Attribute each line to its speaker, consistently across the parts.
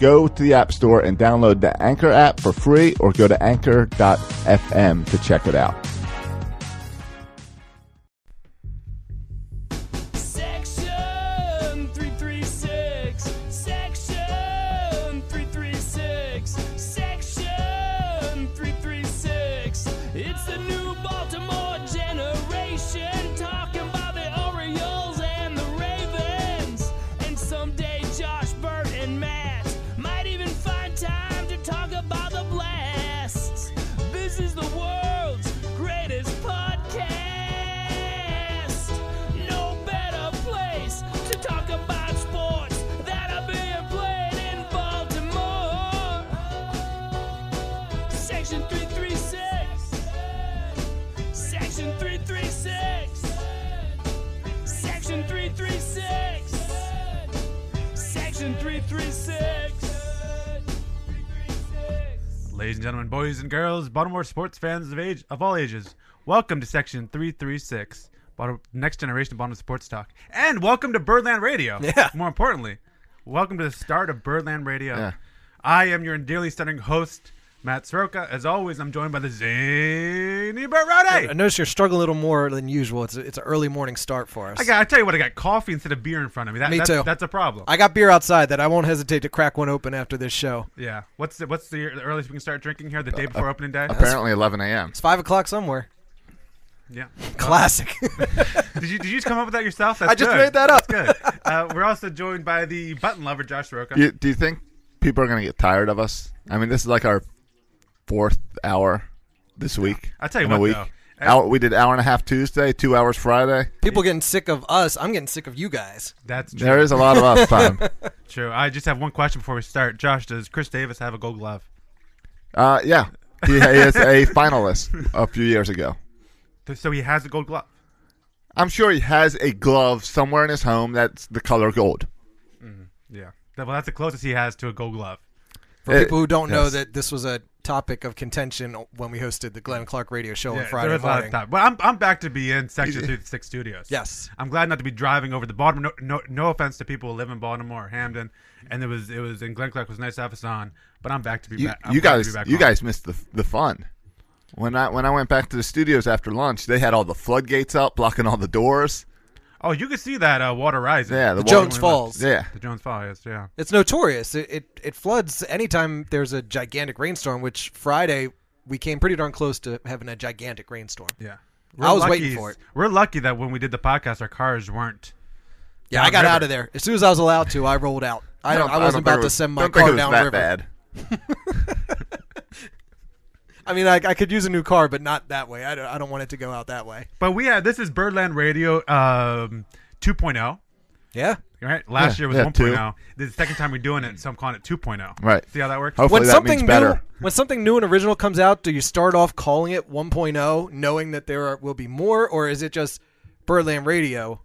Speaker 1: Go to the App Store and download the Anchor app for free or go to anchor.fm to check it out.
Speaker 2: Section 336. Section 336. Section 336. It's the new Baltimore generation talking about the Orioles and the Ravens. And someday Josh, Bert, and Matt might even find time to talk about the blasts. This is the world's greatest podcast. No better place to talk about sports that are being played in Baltimore. Section 336. Section 336. Section 336. Section 336.
Speaker 3: Ladies and gentlemen, boys and girls, Baltimore sports fans of age of all ages, welcome to Section 336, Baltimore, Next Generation Baltimore Sports Talk, and welcome to Birdland Radio.
Speaker 4: Yeah.
Speaker 3: More importantly, welcome to the start of Birdland Radio.
Speaker 1: Yeah.
Speaker 3: I am your dearly stunning host, Matt Soroka. As always, I'm joined by the zany Bert
Speaker 4: I
Speaker 3: Rode.
Speaker 4: notice you're struggling a little more than usual. It's a, it's an early morning start for us.
Speaker 3: I, got, I tell you what, I got coffee instead of beer in front of me. That,
Speaker 4: Me
Speaker 3: that's,
Speaker 4: too.
Speaker 3: That's a problem.
Speaker 4: I got beer outside that I won't hesitate to crack one open after this show.
Speaker 3: yeah. What's the, what's the earliest we can start drinking here? The
Speaker 4: Uh,
Speaker 3: day before opening day?
Speaker 1: Apparently 11 a.m.
Speaker 4: It's five o'clock somewhere.
Speaker 3: yeah.
Speaker 4: Classic.
Speaker 3: Did you did you just come up with that yourself? That's
Speaker 4: I just
Speaker 3: good.
Speaker 4: made that up.
Speaker 3: That's good. Uh, we're also joined by the button lover Josh Soroka.
Speaker 1: Do you, do you think people are going to get tired of us? I mean, this is like our fourth hour this week.
Speaker 3: I'll tell you
Speaker 1: in a
Speaker 3: what,
Speaker 1: week.
Speaker 3: though.
Speaker 1: Hour, we did hour and a half Tuesday, two hours Friday.
Speaker 4: People getting sick of us. I'm getting sick of you guys.
Speaker 3: That's true.
Speaker 1: There is a lot of us time.
Speaker 3: true. I just have one question before we start. Josh, does Chris Davis have a Gold Glove?
Speaker 1: Uh, yeah, he is a finalist a few years ago.
Speaker 3: Th- So he has a Gold Glove.
Speaker 1: I'm sure he has a glove somewhere in his home that's the color gold.
Speaker 3: Yeah. That- Well, that's the closest he has to a Gold Glove.
Speaker 4: For
Speaker 1: Uh,
Speaker 4: people who don't know
Speaker 1: yes.
Speaker 4: that this was a topic of contention when we hosted the Glenn Clark radio show on
Speaker 3: Yeah,
Speaker 4: Friday
Speaker 3: there was a lot
Speaker 4: morning.
Speaker 3: of time. But I'm, I'm back to be in Section 36 Studios.
Speaker 4: Yes.
Speaker 3: I'm glad not to be driving over the Baltimore. No, no, no offense to people who live in Baltimore or Hamden. And it was it was in Glen Clark was nice to have us on. But I'm back to be
Speaker 1: You,
Speaker 3: back. I'm
Speaker 1: you
Speaker 3: glad to be
Speaker 1: guys,
Speaker 3: back
Speaker 1: you
Speaker 3: on.
Speaker 1: guys missed the the fun. When I when I went back to the studios after lunch, they had all the floodgates up, blocking all the doors.
Speaker 3: Oh, you could see that uh, water rising.
Speaker 1: Yeah, the,
Speaker 4: The
Speaker 1: water-
Speaker 4: Jones Falls.
Speaker 1: Yeah,
Speaker 3: The Jones Falls. Yeah.
Speaker 4: It's notorious. It, it it floods anytime there's a gigantic rainstorm. Which Friday we came pretty darn close to having a gigantic rainstorm.
Speaker 3: Yeah.
Speaker 4: I was waiting for it.
Speaker 3: We're lucky that when we did the podcast, our cars weren't.
Speaker 4: Yeah, I got
Speaker 3: Downriver.
Speaker 4: out of there as soon as I was allowed to. I rolled out. I,
Speaker 1: don't-
Speaker 4: I
Speaker 1: don't think
Speaker 4: wasn't about
Speaker 1: it
Speaker 4: to
Speaker 1: was-
Speaker 4: send my
Speaker 1: don't
Speaker 4: car
Speaker 1: think it was
Speaker 4: down
Speaker 1: that
Speaker 4: river.
Speaker 1: Bad.
Speaker 4: I mean, I, I could use a new car, but not that way. I don't, I don't want it to go out that way.
Speaker 3: But we had this is Birdland Radio um, 2.0.
Speaker 4: Yeah.
Speaker 3: Right, last
Speaker 1: Yeah,
Speaker 3: year was
Speaker 1: yeah,
Speaker 3: 1.0. This is the second time we're doing it, so I'm calling it 2.0.
Speaker 1: Right.
Speaker 3: See how that works?
Speaker 1: Hopefully
Speaker 4: when
Speaker 1: that
Speaker 4: something
Speaker 1: means better.
Speaker 4: new, when something new and original comes out, do you start off calling it 1.0, knowing that there are, will be more, or is it just Birdland Radio,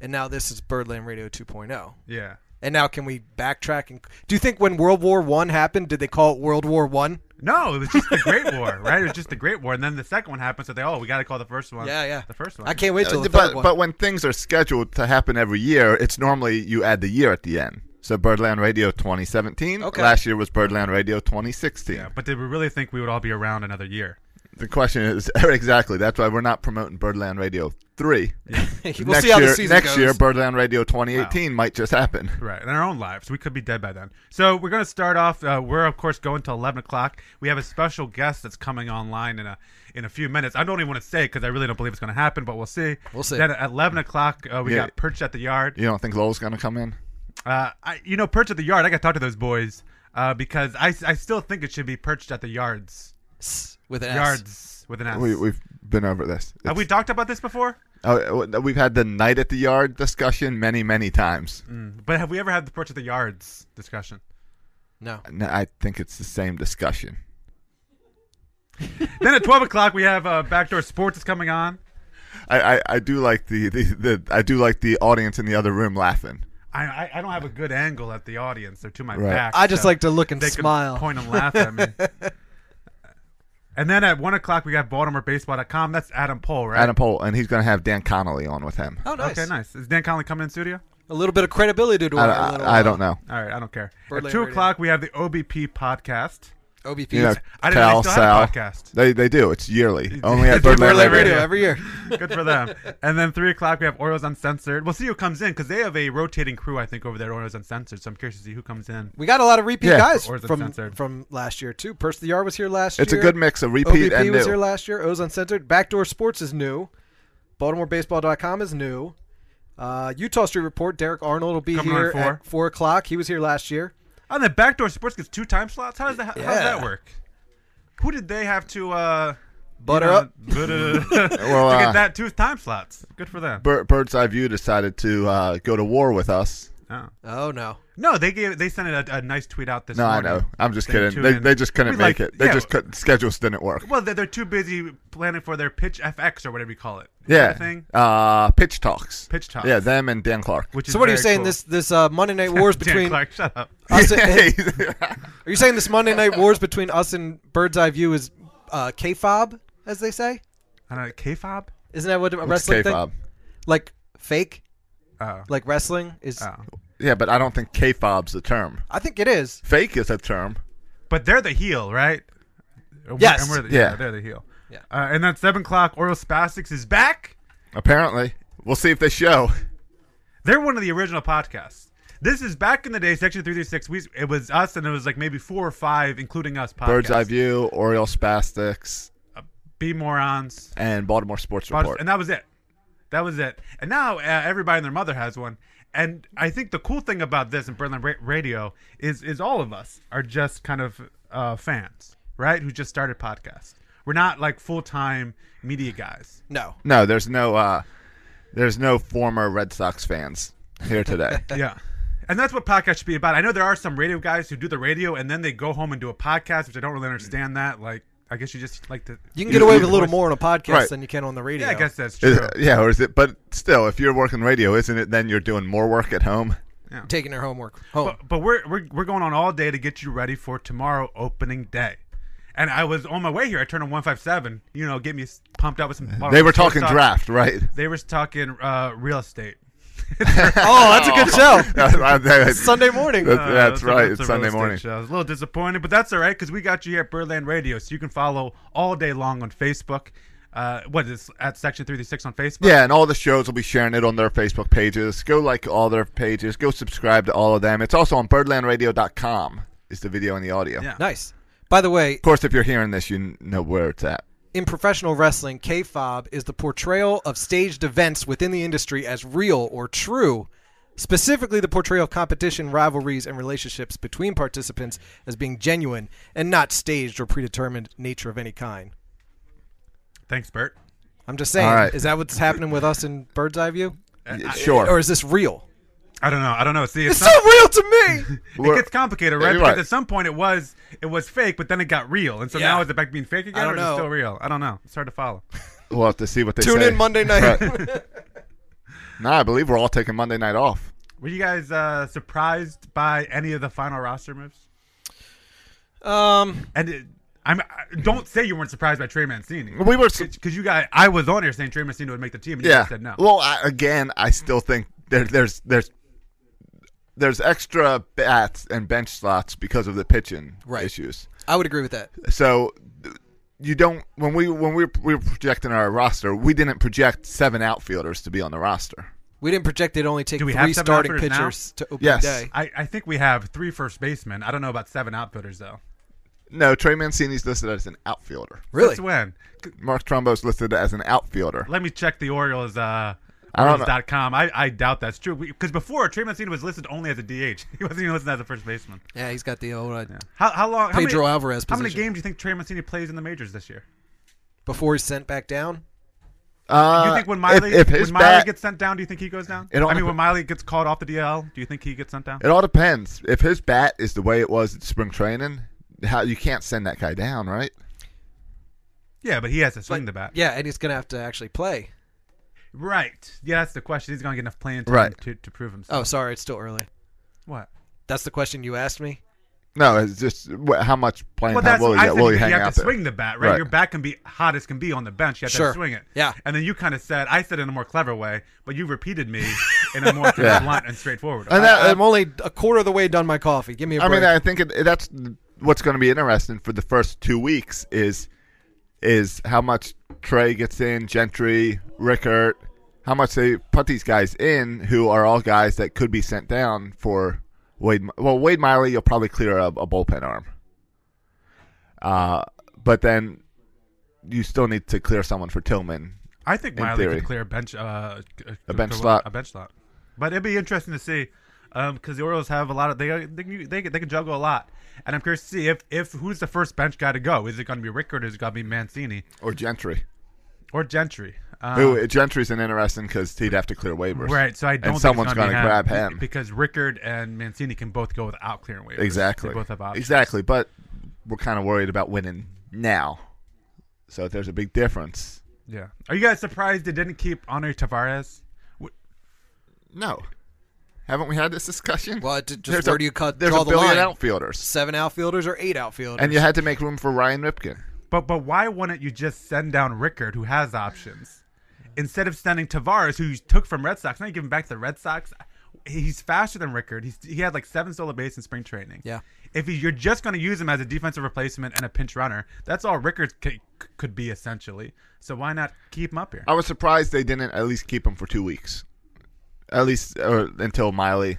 Speaker 4: and now this is Birdland Radio 2.0?
Speaker 3: Yeah.
Speaker 4: And now can we backtrack? And do you think when World War One happened, did they call it World War One?
Speaker 3: No, it was just the Great War, right? It was just the Great War, and then the second one happened. So they, oh, we got to call the first one.
Speaker 4: Yeah, yeah.
Speaker 3: The first one.
Speaker 4: I can't wait till the
Speaker 1: Uh, but
Speaker 4: third one.
Speaker 1: but when things are scheduled to happen every year, it's normally you add the year at the end. So Birdland Radio 2017.
Speaker 4: Okay.
Speaker 1: Last year was Birdland Radio 2016.
Speaker 3: Yeah, but did we really think we would all be around another year?
Speaker 1: The question is exactly. That's why we're not promoting Birdland Radio 3.
Speaker 4: we'll
Speaker 1: next
Speaker 4: see how
Speaker 1: year,
Speaker 4: the season
Speaker 1: next
Speaker 4: goes.
Speaker 1: year, Birdland Radio 2018 might just happen.
Speaker 3: Right, in our own lives. We could be dead by then. So we're going to start off. Uh, we're of course going till eleven o'clock. We have a special guest that's coming online in a in a few minutes. I don't even want to say because I really don't believe it's going to happen, but we'll see.
Speaker 4: We'll see.
Speaker 3: Then at eleven o'clock, uh, we
Speaker 1: Yeah.
Speaker 3: got Perch at the yard.
Speaker 1: You don't think Lowell's going to come in?
Speaker 3: Uh, I, you know, Perch at the yard. I got to talk to those boys uh, because I, I still think it should be perched at the yards.
Speaker 4: S- with an S.
Speaker 3: Yards with an S.
Speaker 1: We, we've been over this.
Speaker 3: have we
Speaker 1: It's-
Speaker 3: talked about this before?
Speaker 1: oh, we've had the night at the yard discussion many, many times.
Speaker 3: But have we ever had the perch at the yards discussion?
Speaker 4: No.
Speaker 1: No, I think it's the same discussion.
Speaker 3: then at 12 o'clock, we have uh, Backdoor Sports is coming on.
Speaker 1: I, I, I do like the, the, the I do like the audience in the other room laughing.
Speaker 3: I, I, I don't have a good angle at the audience. They're to my
Speaker 1: Right.
Speaker 3: back.
Speaker 4: I just
Speaker 3: so
Speaker 4: like to look and
Speaker 3: they can
Speaker 4: smile.
Speaker 3: point and laugh at me. and then at 1 o'clock, we got BaltimoreBaseball.com. That's Adam Pohl, right?
Speaker 1: Adam Pohl, and he's going to have Dan Connolly on with him.
Speaker 4: Oh, nice.
Speaker 3: Okay, nice. Is Dan Conley coming in studio?
Speaker 4: A little bit of credibility to
Speaker 1: I,
Speaker 4: our
Speaker 1: I-
Speaker 4: little,
Speaker 1: I don't know.
Speaker 3: All right, I don't care.
Speaker 4: Birdland
Speaker 3: at 2
Speaker 4: Radio.
Speaker 3: o'clock, we have the OBP podcast.
Speaker 4: uh, OBP.
Speaker 1: You know,
Speaker 3: I didn't know
Speaker 1: Cal,
Speaker 3: they still had
Speaker 1: Sal,
Speaker 3: a podcast.
Speaker 1: They, they do. It's yearly. Only at Birdland
Speaker 4: Birdland
Speaker 1: Radio.
Speaker 4: Radio every year.
Speaker 3: Good for them. And then three o'clock, we have Orioles Uncensored. We'll see who comes in because they have a rotating crew, I think, over there at Orioles Uncensored. So I'm curious to see who comes in.
Speaker 4: We got a lot of repeat
Speaker 1: Yeah.
Speaker 4: guys
Speaker 3: Or is it
Speaker 4: from
Speaker 3: censored?
Speaker 4: from last year too. Percy the Yard was here last
Speaker 1: It's a
Speaker 4: year.
Speaker 1: good mix of repeat
Speaker 4: OBP
Speaker 1: and
Speaker 4: was here
Speaker 1: new.
Speaker 4: last year. O's Uncensored. Backdoor Sports is new. BaltimoreBaseball.com is new. Uh, Utah Street Report. Derek Arnold will be
Speaker 3: Coming on
Speaker 4: here
Speaker 3: four.
Speaker 4: at four o'clock. He was here last year.
Speaker 3: Oh, And then Backdoor Sports gets two time slots. How does that, how does
Speaker 4: Yeah.
Speaker 3: that work? Who did they have to uh, you
Speaker 4: Butter
Speaker 3: know,
Speaker 4: up.
Speaker 3: butter-
Speaker 1: Well,
Speaker 3: to
Speaker 1: uh,
Speaker 3: get that two time slots? Good for them.
Speaker 1: Bir- Bird's Eye View decided to uh, go to war with us.
Speaker 3: Oh.
Speaker 4: Oh no.
Speaker 3: No, they gave they sent a, a nice tweet out this
Speaker 1: No, I
Speaker 3: morning.
Speaker 1: know. I'm just
Speaker 3: They
Speaker 1: kidding.
Speaker 3: tune
Speaker 1: They,
Speaker 3: in.
Speaker 1: they just couldn't
Speaker 3: We
Speaker 1: make
Speaker 3: like-
Speaker 1: it. They
Speaker 3: yeah,
Speaker 1: just couldn't. Schedules didn't work.
Speaker 3: Well, they're, they're too busy planning for their Pitch FX or whatever you call it. Is that a
Speaker 1: Yeah.
Speaker 3: Thing?
Speaker 1: Uh, pitch talks.
Speaker 3: Pitch Talks.
Speaker 1: Yeah, them and Dan Clark.
Speaker 3: Which is
Speaker 4: So what are you
Speaker 3: very
Speaker 4: saying?
Speaker 3: cool.
Speaker 4: This this uh, Monday Night Wars
Speaker 3: Dan
Speaker 4: between
Speaker 3: Clark, shut up.
Speaker 4: us. And, are you saying this Monday Night Wars between us and Bird's Eye View is uh, K-fob, as they say?
Speaker 3: I don't know, K-fob?
Speaker 4: Isn't that what a
Speaker 1: What's
Speaker 4: wrestling
Speaker 1: K-fob?
Speaker 4: thing? Like fake,
Speaker 3: Oh.
Speaker 4: like wrestling is.
Speaker 3: oh.
Speaker 1: Yeah, but I don't think K-fob's the term.
Speaker 4: I think it is.
Speaker 1: Fake is a term.
Speaker 3: But they're the heel, right? And
Speaker 4: Yes.
Speaker 3: we're- and we're the-
Speaker 1: Yeah.
Speaker 3: yeah. They're the heel.
Speaker 4: Yeah.
Speaker 3: Uh, and at 7 o'clock, Oral Spastics is back.
Speaker 1: Apparently, we'll see if they show.
Speaker 3: They're one of the original podcasts. This is back in the day, Section 336. We, it was us, and it was like maybe four or five, including us, podcasts.
Speaker 1: Bird's Eye View, Oriole Spastics,
Speaker 3: Be Morons.
Speaker 1: and Baltimore Sports
Speaker 3: Pod-
Speaker 1: Report.
Speaker 3: and that was it. That was it. And now uh, everybody and their mother has one. And I think the cool thing about this in Berlin Ra- Radio is is all of us are just kind of uh, fans, right? Who just started podcasts. We're not like full time media guys.
Speaker 4: No.
Speaker 1: No, there's no uh there's no former Red Sox fans here today.
Speaker 4: Uh,
Speaker 3: yeah. And that's what podcasts should be about. I know there are some radio guys who do the radio and then they go home and do a podcast, which I don't really understand that. Like, I guess you just like to.
Speaker 4: You can get away with a little
Speaker 3: voice-
Speaker 4: more on a podcast
Speaker 1: Right.
Speaker 4: than you can on the radio.
Speaker 3: Yeah, I guess that's true.
Speaker 1: Is- yeah, or is it but still if you're working radio, isn't it then you're doing more work at home?
Speaker 4: Taking their homework home.
Speaker 3: But, but we're, we're we're going on all day to get you ready for tomorrow opening day. And I was on my way here. I turned on one five seven. You know, get me s- pumped up with some.
Speaker 1: They were talking
Speaker 3: stock.
Speaker 1: draft, right?
Speaker 3: They were talking uh, real estate.
Speaker 4: oh, that's a good show.
Speaker 1: That's-
Speaker 4: Sunday morning.
Speaker 1: That's, that's
Speaker 3: Uh,
Speaker 1: right.
Speaker 3: a
Speaker 1: It's
Speaker 3: real
Speaker 1: Sunday
Speaker 3: estate
Speaker 1: morning.
Speaker 3: show. I was a little disappointed, but that's all right because we got you here at Birdland Radio, so you can follow all day long on Facebook. Uh, what is at Section Three Three Six on Facebook?
Speaker 1: Yeah, and all the shows will be sharing it on their Facebook pages. Go like all their pages. Go subscribe to all of them. It's also on birdlandradio.com is the video and the audio.
Speaker 3: Yeah.
Speaker 1: Of
Speaker 4: Nice. By the way,
Speaker 1: course, if you're hearing this, you kn- know where it's at.
Speaker 4: in professional wrestling, K-fob is the portrayal of staged events within the industry as real or true. Specifically, the portrayal of competition, rivalries, and relationships between participants as being genuine and not staged or predetermined nature of any kind.
Speaker 3: Thanks, Bert.
Speaker 4: I'm just saying,
Speaker 1: All right.
Speaker 4: is that what's happening with us in Bird's Eye View?
Speaker 1: Yeah, sure.
Speaker 4: Uh, Or is this real?
Speaker 3: I don't know. I don't know. See,
Speaker 4: It's
Speaker 3: it's,
Speaker 4: so
Speaker 3: not,
Speaker 4: real to me!
Speaker 3: it
Speaker 1: We're-
Speaker 3: gets complicated,
Speaker 1: Yeah,
Speaker 3: right?
Speaker 1: you're
Speaker 3: Because
Speaker 1: right.
Speaker 3: at some point it was it was fake, but then it got real, and so
Speaker 4: Yeah.
Speaker 3: now is it back being fake again,
Speaker 4: don't
Speaker 3: or is it
Speaker 4: know.
Speaker 3: still real? I don't know. It's hard to follow.
Speaker 1: We'll have to see what they
Speaker 4: Tune
Speaker 1: say.
Speaker 4: in Monday night.
Speaker 1: Right. nah, I believe we're all taking Monday night off.
Speaker 3: Were you guys uh, surprised by any of the final roster moves?
Speaker 4: Um,
Speaker 3: And it, I'm I, don't say you weren't surprised by Trey Mancini
Speaker 1: We were. su-
Speaker 3: because you guys. I was on here saying Trey Mancini would make the team, and you
Speaker 1: Yeah.
Speaker 3: guys said no.
Speaker 1: Well, I, again, I still think there, there's there's there's extra bats and bench slots because of the pitching
Speaker 4: Right.
Speaker 1: issues.
Speaker 4: I would agree with that.
Speaker 1: So th- you don't when we when we were, we were projecting our roster, we didn't project seven outfielders to be on the roster.
Speaker 4: We didn't project it only take
Speaker 3: Do we
Speaker 4: three
Speaker 3: have seven
Speaker 4: starting
Speaker 3: outfielders now?
Speaker 4: pitchers to open
Speaker 1: Yes.
Speaker 4: day.
Speaker 3: I, I think we have three first basemen. I don't know about seven outfielders though.
Speaker 1: No, Trey Mancini's listed as an outfielder.
Speaker 4: Really?
Speaker 3: Since when? C-
Speaker 1: Mark Trumbo's listed as an outfielder.
Speaker 3: Let me check the Orioles. Uh,
Speaker 1: I don't know.
Speaker 3: Orioles.com. I, I doubt that's true because before Trey Mancini was listed only as a DH. He wasn't even listed as a first baseman.
Speaker 4: Yeah, he's got the old uh,
Speaker 3: How, how long? How
Speaker 4: Pedro
Speaker 3: many,
Speaker 4: Alvarez
Speaker 3: How many
Speaker 4: position.
Speaker 3: games do you think Trey Mancini plays in the majors this year?
Speaker 4: before he's sent back down.
Speaker 1: Uh,
Speaker 3: you think when Miley
Speaker 1: if, if his
Speaker 3: when Miley
Speaker 1: bat-
Speaker 3: gets sent down, do you think he goes down?
Speaker 1: It all
Speaker 3: I mean,
Speaker 1: dep-
Speaker 3: when Miley gets called off the DL, do you think he gets sent down?
Speaker 1: It all depends. If his bat is the way it was at spring training, how you can't send that guy down, right?
Speaker 3: Yeah, but he has to swing the bat.
Speaker 4: Yeah, and he's gonna have to actually play.
Speaker 3: Right. Yeah, that's the question. He's going to get enough playing time
Speaker 1: Right. Oh.
Speaker 3: to, to prove himself.
Speaker 4: Oh, sorry, it's still early.
Speaker 3: What?
Speaker 4: That's the question you asked me.
Speaker 1: No, it's just wh- how much playing time will he
Speaker 3: I
Speaker 1: get?
Speaker 3: said
Speaker 1: Will he
Speaker 3: you
Speaker 1: hang
Speaker 3: have
Speaker 1: out
Speaker 3: to
Speaker 1: there?
Speaker 3: swing the bat, right?
Speaker 1: Right.
Speaker 3: Your bat can be hot as can be on the bench. You have
Speaker 4: Sure.
Speaker 3: to swing it.
Speaker 4: Yeah.
Speaker 3: And then you kind of said, I said in a more clever way, but you repeated me in a more kind
Speaker 1: Yeah.
Speaker 3: of blunt and straightforward.
Speaker 1: And
Speaker 3: way.
Speaker 1: that,
Speaker 4: I'm only a quarter of the way done my coffee. Give me a
Speaker 1: I
Speaker 4: break.
Speaker 1: mean, I think it, that's what's going to be interesting for the first two weeks is is how much Trey gets in, Gentry, Rickert, how much they put these guys in, who are all guys that could be sent down for Wade. Mi- Well, Wade Miley, you'll probably clear a, a bullpen arm, uh, but then you still need to clear someone for Tillman.
Speaker 3: I think
Speaker 1: in
Speaker 3: Miley
Speaker 1: theory.
Speaker 3: could clear a bench, uh,
Speaker 1: A bench slot.
Speaker 3: A bench slot. But it'd be interesting to see because the Orioles have a lot of they they can, they, can- they can juggle a lot, and I'm curious to see if if who's the first bench guy to go. Is it going to be Rickard? Is it going to be Mancini
Speaker 1: Or Gentry.
Speaker 3: or Gentry? Um,
Speaker 1: Who Gentry's an interesting because he'd have to clear waivers.
Speaker 3: Right, so I don't.
Speaker 1: And
Speaker 3: think
Speaker 1: someone's
Speaker 3: going
Speaker 1: gonna
Speaker 3: to
Speaker 1: grab him.
Speaker 3: because Rickard and Mancini can both go without clearing waivers.
Speaker 1: Exactly.
Speaker 3: they both have options.
Speaker 1: Exactly, but we're kind of worried about winning now. So if there's a big difference.
Speaker 3: Yeah. Are you guys surprised they didn't keep Andre Tavares? Wh-
Speaker 1: No. Haven't we had this discussion?
Speaker 4: well, it- just
Speaker 1: There's
Speaker 4: where
Speaker 1: a-
Speaker 4: do you cut
Speaker 1: There's
Speaker 4: draw
Speaker 1: a
Speaker 4: the
Speaker 1: billion
Speaker 4: line?
Speaker 1: outfielders.
Speaker 4: Seven outfielders or eight outfielders?
Speaker 1: And you had to make room for Ryan Ripken.
Speaker 3: But but why wouldn't you just send down Rickard, who has options, instead of sending Tavares, who you took from Red Sox? Now you give him back to the Red Sox. He's faster than Rickard. He's, he had like seven stolen bases in spring training.
Speaker 4: Yeah.
Speaker 3: If he, you're just going to use him as a defensive replacement and a pinch runner, that's all Rickard c- could be essentially. So why not keep him up here?
Speaker 1: I was surprised they didn't at least keep him for two weeks. At least or until Miley.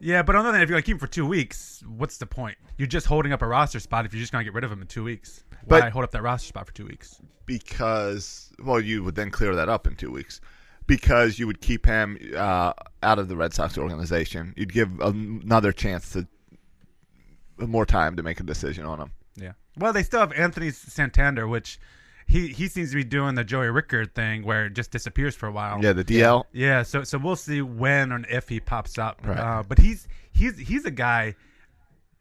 Speaker 3: Yeah, but other than if you're going to keep him for two weeks, what's the point? You're just holding up a roster spot if you're just going to get rid of him in two weeks. Why
Speaker 1: But-
Speaker 3: hold up that roster spot for two weeks?
Speaker 1: because well, you would then clear that up in two weeks because you would keep him uh, out of the Red Sox organization. You'd give another chance to more time to make a decision on him.
Speaker 3: Yeah. Well, they still have Anthony Santander, which he he seems to be doing the Joey Rickard thing where it just disappears for a while.
Speaker 1: Yeah, the DL.
Speaker 3: Yeah, so so we'll see when and if he pops up.
Speaker 1: Right.
Speaker 3: Uh, but he's he's he's a guy.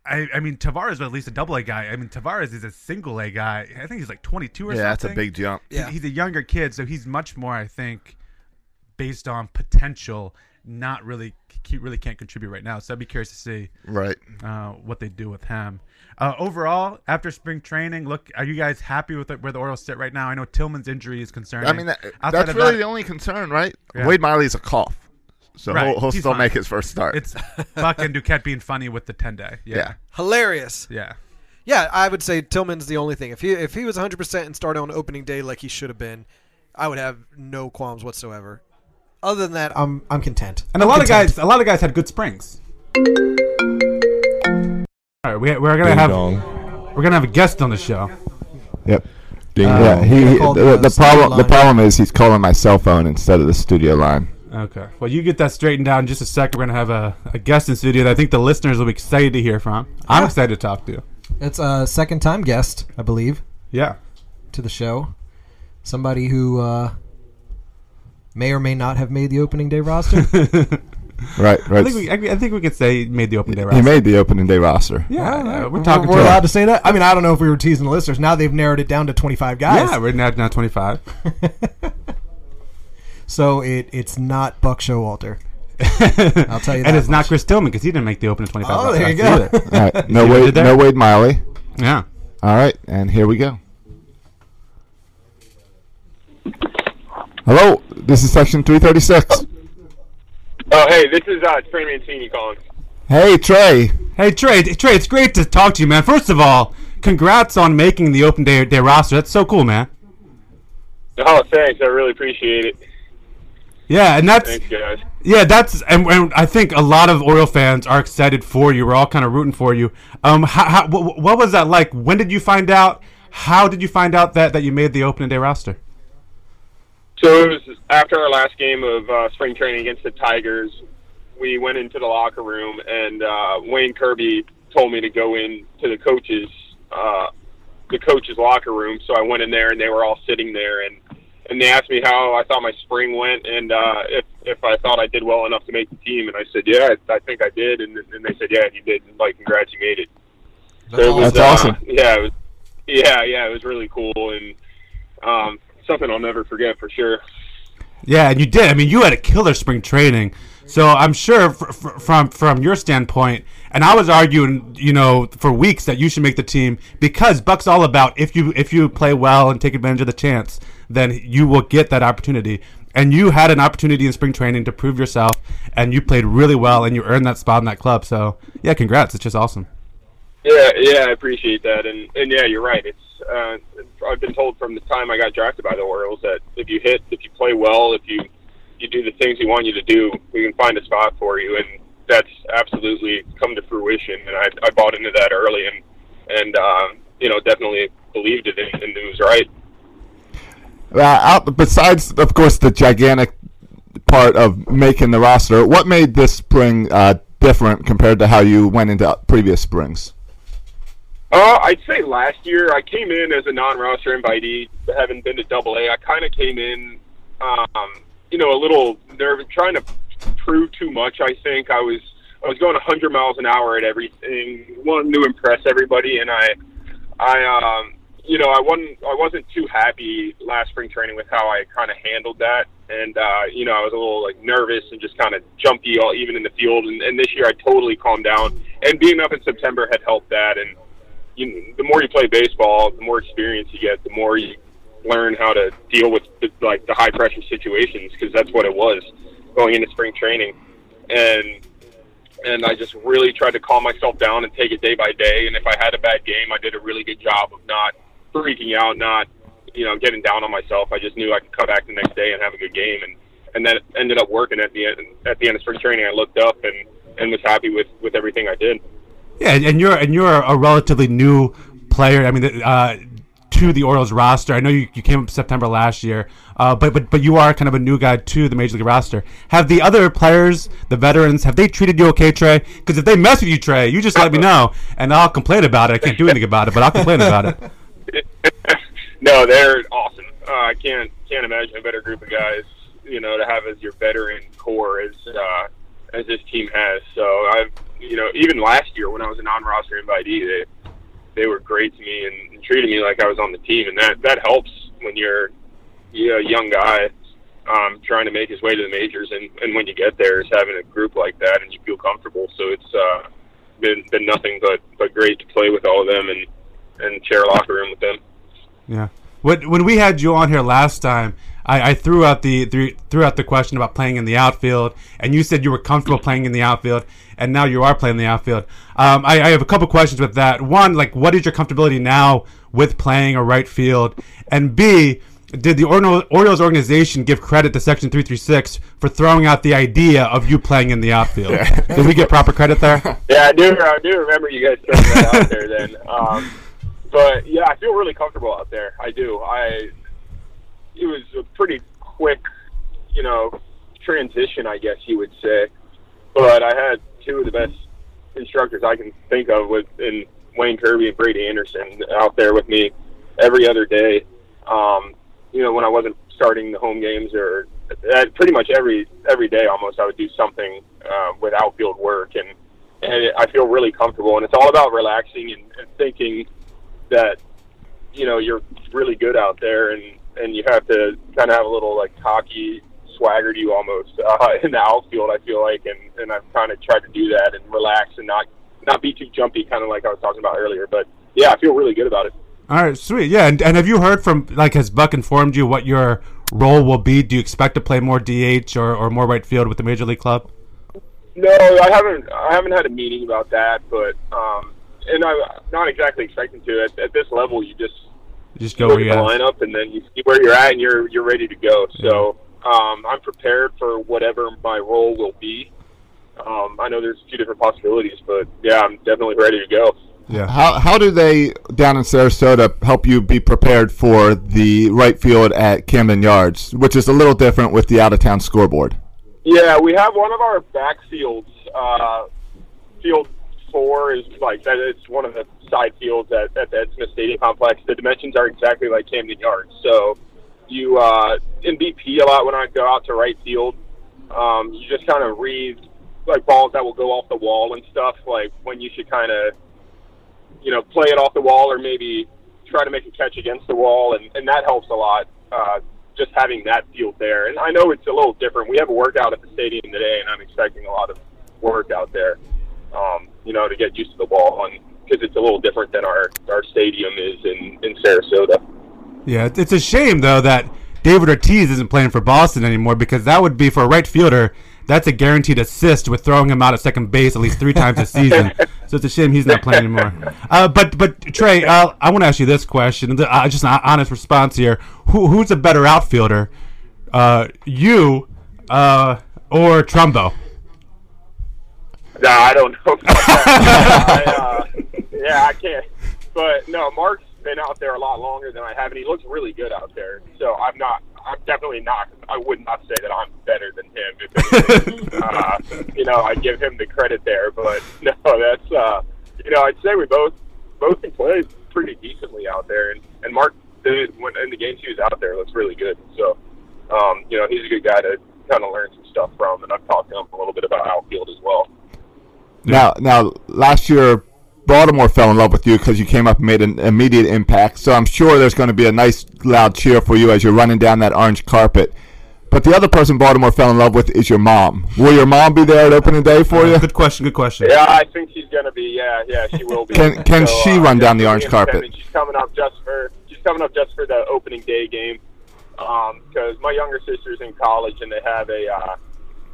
Speaker 3: I, I mean Tavares was at least a double A guy. I mean Tavares is a single A guy. I think he's like 22 or
Speaker 1: Yeah,
Speaker 3: something.
Speaker 1: that's a big jump.
Speaker 4: Yeah.
Speaker 3: He's a younger kid, so he's much more I think based on potential. Not really, he really can't contribute right now. So I'd be curious to see
Speaker 1: Right.
Speaker 3: uh, what they do with him. Uh, overall, after spring training, look, are you guys happy with where the Orioles sit right now? I know Tillman's injury is concerning.
Speaker 1: I mean, that,
Speaker 3: Outside
Speaker 1: that's
Speaker 3: of
Speaker 1: really
Speaker 3: that,
Speaker 1: the only concern, right?
Speaker 3: Yeah.
Speaker 1: Wade Miley's a cough, so
Speaker 3: Right,
Speaker 1: he'll, he'll
Speaker 3: he's
Speaker 1: still
Speaker 3: fine.
Speaker 1: make his first start.
Speaker 3: it's Buck and Duquette being funny with the ten day.
Speaker 1: yeah.
Speaker 3: Yeah,
Speaker 4: Hilarious.
Speaker 3: yeah.
Speaker 4: Yeah, I would say Tillman's the only thing. If he if he was 100 percent and started on opening day like he should have been, I would have no qualms whatsoever. Other than that, I'm I'm content.
Speaker 3: And a lot of guys, a lot of guys had good springs. All right, we, we're gonna
Speaker 5: Ding
Speaker 3: have
Speaker 5: dong.
Speaker 3: we're gonna have a guest on the show.
Speaker 1: Yep.
Speaker 5: Ding
Speaker 1: Yeah,
Speaker 5: dong.
Speaker 1: he,
Speaker 4: he- call the-
Speaker 1: the, uh,
Speaker 4: the the studio
Speaker 1: problem
Speaker 4: problem- the
Speaker 1: the
Speaker 4: line.
Speaker 1: problem is he's calling my cell phone instead of the studio line.
Speaker 3: Okay. Well, you get that straightened out in just a second. We're gonna have a, a guest in studio that I think the listeners will be excited to hear from. I'm excited to talk to.
Speaker 4: It's a second time guest, I believe,
Speaker 3: Yeah.
Speaker 4: to the show. Somebody who uh, may or may not have made the opening day roster.
Speaker 1: Right.
Speaker 3: I
Speaker 1: Right.
Speaker 3: think we, I, I think we could say he made the open day.
Speaker 1: he
Speaker 3: roster.
Speaker 1: made the opening day roster.
Speaker 3: Yeah,
Speaker 4: All right.
Speaker 3: uh, we're talking.
Speaker 4: We're
Speaker 3: to
Speaker 4: allowed to say that. I mean, I don't know if we were teasing the listeners. Now they've narrowed it down to 25 guys.
Speaker 3: Yeah, we're now now twenty five.
Speaker 4: So it it's not Buck Showalter. I'll tell you that.
Speaker 3: and it's not
Speaker 4: much.
Speaker 3: Chris Tillman because he didn't make the opening twenty five.
Speaker 4: Oh, there you go.
Speaker 1: All right. No
Speaker 3: See what I
Speaker 1: Wade.
Speaker 3: did there?
Speaker 1: No Wade Miley.
Speaker 3: yeah.
Speaker 1: All right, and here we go. Hello, this is section 336.
Speaker 6: Oh, hey, this is uh, Trey Mancini calling.
Speaker 1: Hey, Trey.
Speaker 3: Hey Trey, Trey, it's great to talk to you, man. First of all, congrats on making the open day day roster. That's so cool, man.
Speaker 6: Oh, thanks. I really appreciate it.
Speaker 3: Yeah, and that's
Speaker 6: Thanks, guys.
Speaker 3: yeah, that's and, and I think a lot of Oriole fans are excited for you. We're all kind of rooting for you. Um, how, how, wh- wh- what was that like? When did you find out? How did you find out that that you made the opening day roster?
Speaker 6: So it was after our last game of uh, spring training against the Tigers. We went into the locker room, and uh, Wayne Kirby told me to go in to the coaches, uh, the coaches' locker room. So I went in there, and they were all sitting there, and and they asked me how I thought my spring went and uh, if if I thought I did well enough to make the team, and I said, yeah, I, I think I did, and, and they said, yeah, you did, and like congrats, you made it. So it was,
Speaker 1: That's
Speaker 6: uh,
Speaker 1: awesome.
Speaker 6: Yeah, it was, yeah, yeah, it was really cool and um, something I'll never forget for sure.
Speaker 3: Yeah, and you did. I mean, you had a killer spring training. So I'm sure fr- fr- from from your standpoint, and I was arguing, you know, for weeks that you should make the team because Buck's all about if you if you play well and take advantage of the chance, then you will get that opportunity. And you had an opportunity in spring training to prove yourself, and you played really well, and you earned that spot in that club. So yeah, congrats! It's just awesome.
Speaker 6: Yeah, yeah, I appreciate that, and and yeah, you're right. It's uh, I've been told from the time I got drafted by the Orioles that if you hit, if you play well, if you you do the things we want you to do, we can find a spot for you, and that's absolutely come to fruition. And I, I bought into that early, and and um, you know definitely believed it and, and it was right.
Speaker 1: Uh, out, besides, of course, the gigantic part of making the roster, what made this spring uh, different compared to how you went into previous springs?
Speaker 6: Uh, I'd say last year I came in as a non-roster invitee, having been to Double A. I kind of came in, um, you know, a little nervous, trying to prove too much. I think I was I was going 100 miles an hour at everything, wanting to impress everybody, and I, I, um, you know, I wasn't I wasn't too happy last spring training with how I kind of handled that, and uh, you know, I was a little like nervous and just kind of jumpy, all even in the field. And, and this year I totally calmed down, and being up in September had helped that, and you the more you play baseball, the more experience you get, the more you learn how to deal with the, like the high pressure situations because that's what it was going into spring training, and and I just really tried to calm myself down and take it day by day. And if I had a bad game, I did a really good job of not freaking out, not you know getting down on myself. I just knew I could come back the next day and have a good game, and and that ended up working at the end. At the end of spring training, I looked up and and was happy with with everything I did.
Speaker 3: Yeah, and- and you're and you're a relatively new player. I mean, uh, to the Orioles roster. I know you, you came up September last year, uh, but but but you are kind of a new guy to the major league roster. Have the other players, the veterans, have they treated you okay, Trey? Because if they mess with you, Trey, you just let me know, and I'll complain about it. I can't do anything about it, but I'll complain about it.
Speaker 6: no, they're awesome. Uh, I can't can't imagine a better group of guys, you know, to have as your veteran core as uh, as this team has. So I've, you know, even last year when I was a non-roster invitee, they they were great to me and, and treated me like I was on the team, and that that helps when you're you know, a young guy um, trying to make his way to the majors, and and when you get there, is having a group like that and you feel comfortable. So it's uh, been been nothing but but great to play with all of them and and share a locker room with them.
Speaker 3: Yeah. When, when we had you on here last time, I, I threw out the threw, threw out the question about playing in the outfield, and you said you were comfortable playing in the outfield, and now you are playing in the outfield. Um, I, I have a couple questions with that. One, like, what is your comfortability now with playing a right field? And B, did the Orno- Orioles organization give credit to Section 336 for throwing out the idea of you playing in the outfield? Did we get proper credit there?
Speaker 6: Yeah, I do. I do remember you guys throwing that out there then. Um, but yeah, I feel really comfortable out there. I do. I it was a pretty quick, you know, transition, I guess you would say. But I had two of the best instructors I can think of with in Wayne Kirby and Brady Anderson out there with me every other day. Um, you know, when I wasn't starting the home games or at pretty much every every day almost I would do something uh, with outfield work and and I feel really comfortable and it's all about relaxing and, and thinking that you know you're really good out there and and you have to kind of have a little like cocky swagger to you almost uh, in the outfield I feel like and and I've kind of tried to do that and relax and not not be too jumpy kind of like I was talking about earlier but yeah I feel really good about it
Speaker 3: All right, sweet. Yeah, and, and have you heard from like has Buck informed you what your role will be? Do you expect to play more DH or, or more right field with the major league club?
Speaker 6: No, I haven't. I haven't had a meeting about that, but um, and I'm not exactly expecting to. At, at this level, you just
Speaker 3: You Just go
Speaker 6: look
Speaker 3: where
Speaker 6: at
Speaker 3: you
Speaker 6: the
Speaker 3: at.
Speaker 6: lineup and then you see where you're at, and you're you're ready to go. So um, I'm prepared for whatever my role will be. Um, I know there's a few different possibilities, but yeah, I'm definitely ready to go.
Speaker 3: Yeah.
Speaker 1: How how do they down in Sarasota help you be prepared for the right field at Camden Yards, which is a little different with the out of town scoreboard?
Speaker 6: Yeah, we have one of our backfields. Uh, field four is like that. It's one of the side fields at, at the Ed Smith Stadium complex. The dimensions are exactly like Camden Yards, so you uh, in BP a lot when I go out to right field. Um, you just kind of read like balls that will go off the wall and stuff. Like when you should kind of you know play it off the wall or maybe try to make a catch against the wall, and, and that helps a lot. Uh, just having that field there, and I know it's a little different. We have a workout at the stadium today, and I'm expecting a lot of work out there. Um, you know, to get used to the ball, and because it's a little different than our our stadium is in in Sarasota.
Speaker 3: Yeah, it's- it's a shame though that David Ortiz isn't playing for Boston anymore because that would be for a right fielder. That's a guaranteed assist with throwing him out at second base at least three times a season. so it's a shame he's not playing anymore. Uh, but but Trey, uh, I want to ask you this question. Th- Uh, just an hon- honest response here. Who who's a better outfielder, uh, you uh, or Trumbo?
Speaker 6: Nah, I don't know. About that. I, uh, yeah, I can't. But no, Mark's been out there a lot longer than I have, and he looks really good out there. So I'm not. I'm definitely not. I would not say that I'm better than him. If anything. uh, you know, I give him the credit there, but no, that's. Uh, you know, I'd say we both both can play pretty decently out there, and and Mark did when in the games he was out there looks really good. So, um, you know, he's a good guy to kind of learn some stuff from, and I've talked to him a little bit about outfield as well.
Speaker 1: Now, now, last year, Baltimore fell in love with you because you came up and made an immediate impact. So I'm sure there's going to be a nice loud cheer for you as you're running down that orange carpet. But the other person Baltimore fell in love with is your mom. Will your mom be there at opening day for you?
Speaker 3: Good question. Good question.
Speaker 6: Yeah, I think she's gonna be. Yeah, yeah, she will be. uh,
Speaker 1: Can- can she run down the
Speaker 6: yeah,
Speaker 1: orange
Speaker 6: me and Sam,
Speaker 1: carpet?
Speaker 6: and She's coming up just for. She's coming up just for the opening day game, because my younger sister's in college and they have a. Uh,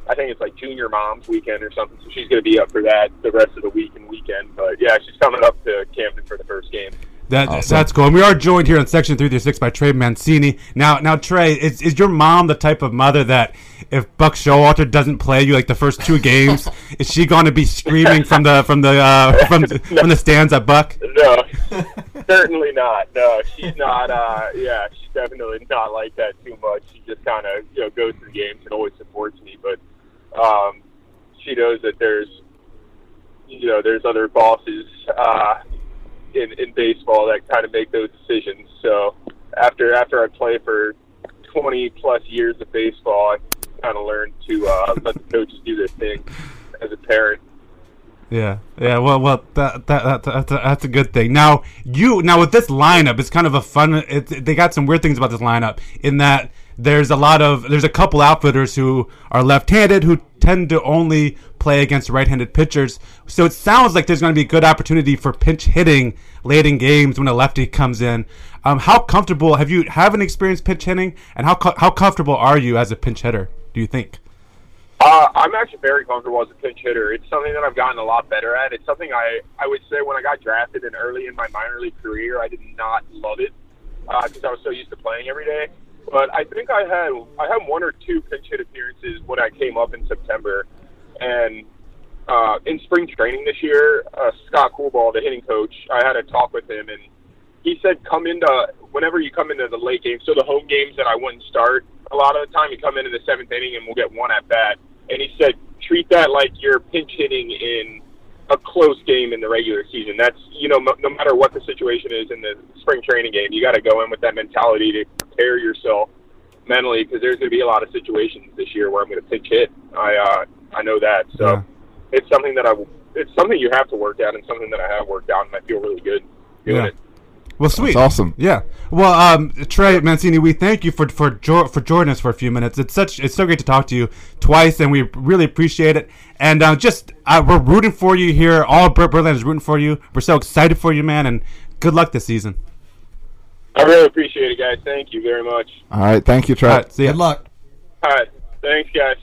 Speaker 6: I think it's like junior mom's weekend or something, so she's gonna be up for that the rest of the week and weekend. But yeah, she's coming up to Camden for the first game.
Speaker 3: That,
Speaker 1: Awesome.
Speaker 3: That's cool. And we are joined here on Section 336 by Trey Mancini. Now, now Trey, is, is your mom the type of mother that if Buck Showalter doesn't play you like the first two games, is she going to be screaming from the from the uh, from from the stands at Buck?
Speaker 6: No, certainly not. No, she's not. Uh, yeah, she's definitely not like that too much. She just kind of you know goes to the games and always supports me. But um, she knows that there's you know there's other bosses uh, in in baseball that kind of make those decisions. So after after I play for 20 plus years of baseball, I kind of learned to uh, let the coaches do their thing as a parent.
Speaker 3: Yeah, yeah. Well, well, that, that, that, that that's a- that's a good thing. Now you now with this lineup, it's kind of a fun. It, they got some weird things about this lineup in that there's a lot of there's a couple outfitters who are left-handed who tend to only play against right-handed pitchers. So it sounds like there's going to be a good opportunity for pinch hitting late in games when a lefty comes in. Um, how comfortable have you have an experienced pinch hitting, and how co- how comfortable are you as a pinch hitter? Do you think?
Speaker 6: Uh, I'm actually very comfortable as a pinch hitter. It's something that I've gotten a lot better at. It's something I, I would say when I got drafted and early in my minor league career, I did not love it because I was so used to playing every day. But I think I had I had one or two pinch hit appearances when I came up in September, and uh, in spring training this year, uh, Scott Coolball, the hitting coach, I had a talk with him, and he said, "Come into whenever you come into the late game, so the home games that I wouldn't start. A lot of the time, you come into the seventh inning, and we'll get one at bat." And he said, "Treat that like you're pinch hitting in a close game in the regular season. That's you know, no no matter what the situation is in the spring training game, you got to go in with that mentality to prepare yourself." mentally because there's going to be a lot of situations this year where I'm going to pinch hit. I uh, I know that, so
Speaker 3: Yeah.
Speaker 6: it's something that I it's something you have to work out and something that I have worked out, and I feel really good doing
Speaker 3: Yeah.
Speaker 6: it.
Speaker 3: Well, sweet.
Speaker 1: awesome.
Speaker 3: Yeah. Well, um, Trey Mancini, we thank you for for jo- for joining us for a few minutes. It's such it's so great to talk to you twice, and we really appreciate it. And uh, just uh, we're rooting for you here. All Ber- Berlin is rooting for you. We're so excited for you, man. And good luck this season.
Speaker 6: I really appreciate it, guys. Thank you very much.
Speaker 1: All right. Thank you, Trey.
Speaker 3: All right. See ya.
Speaker 4: Good luck.
Speaker 6: All right, thanks, guys.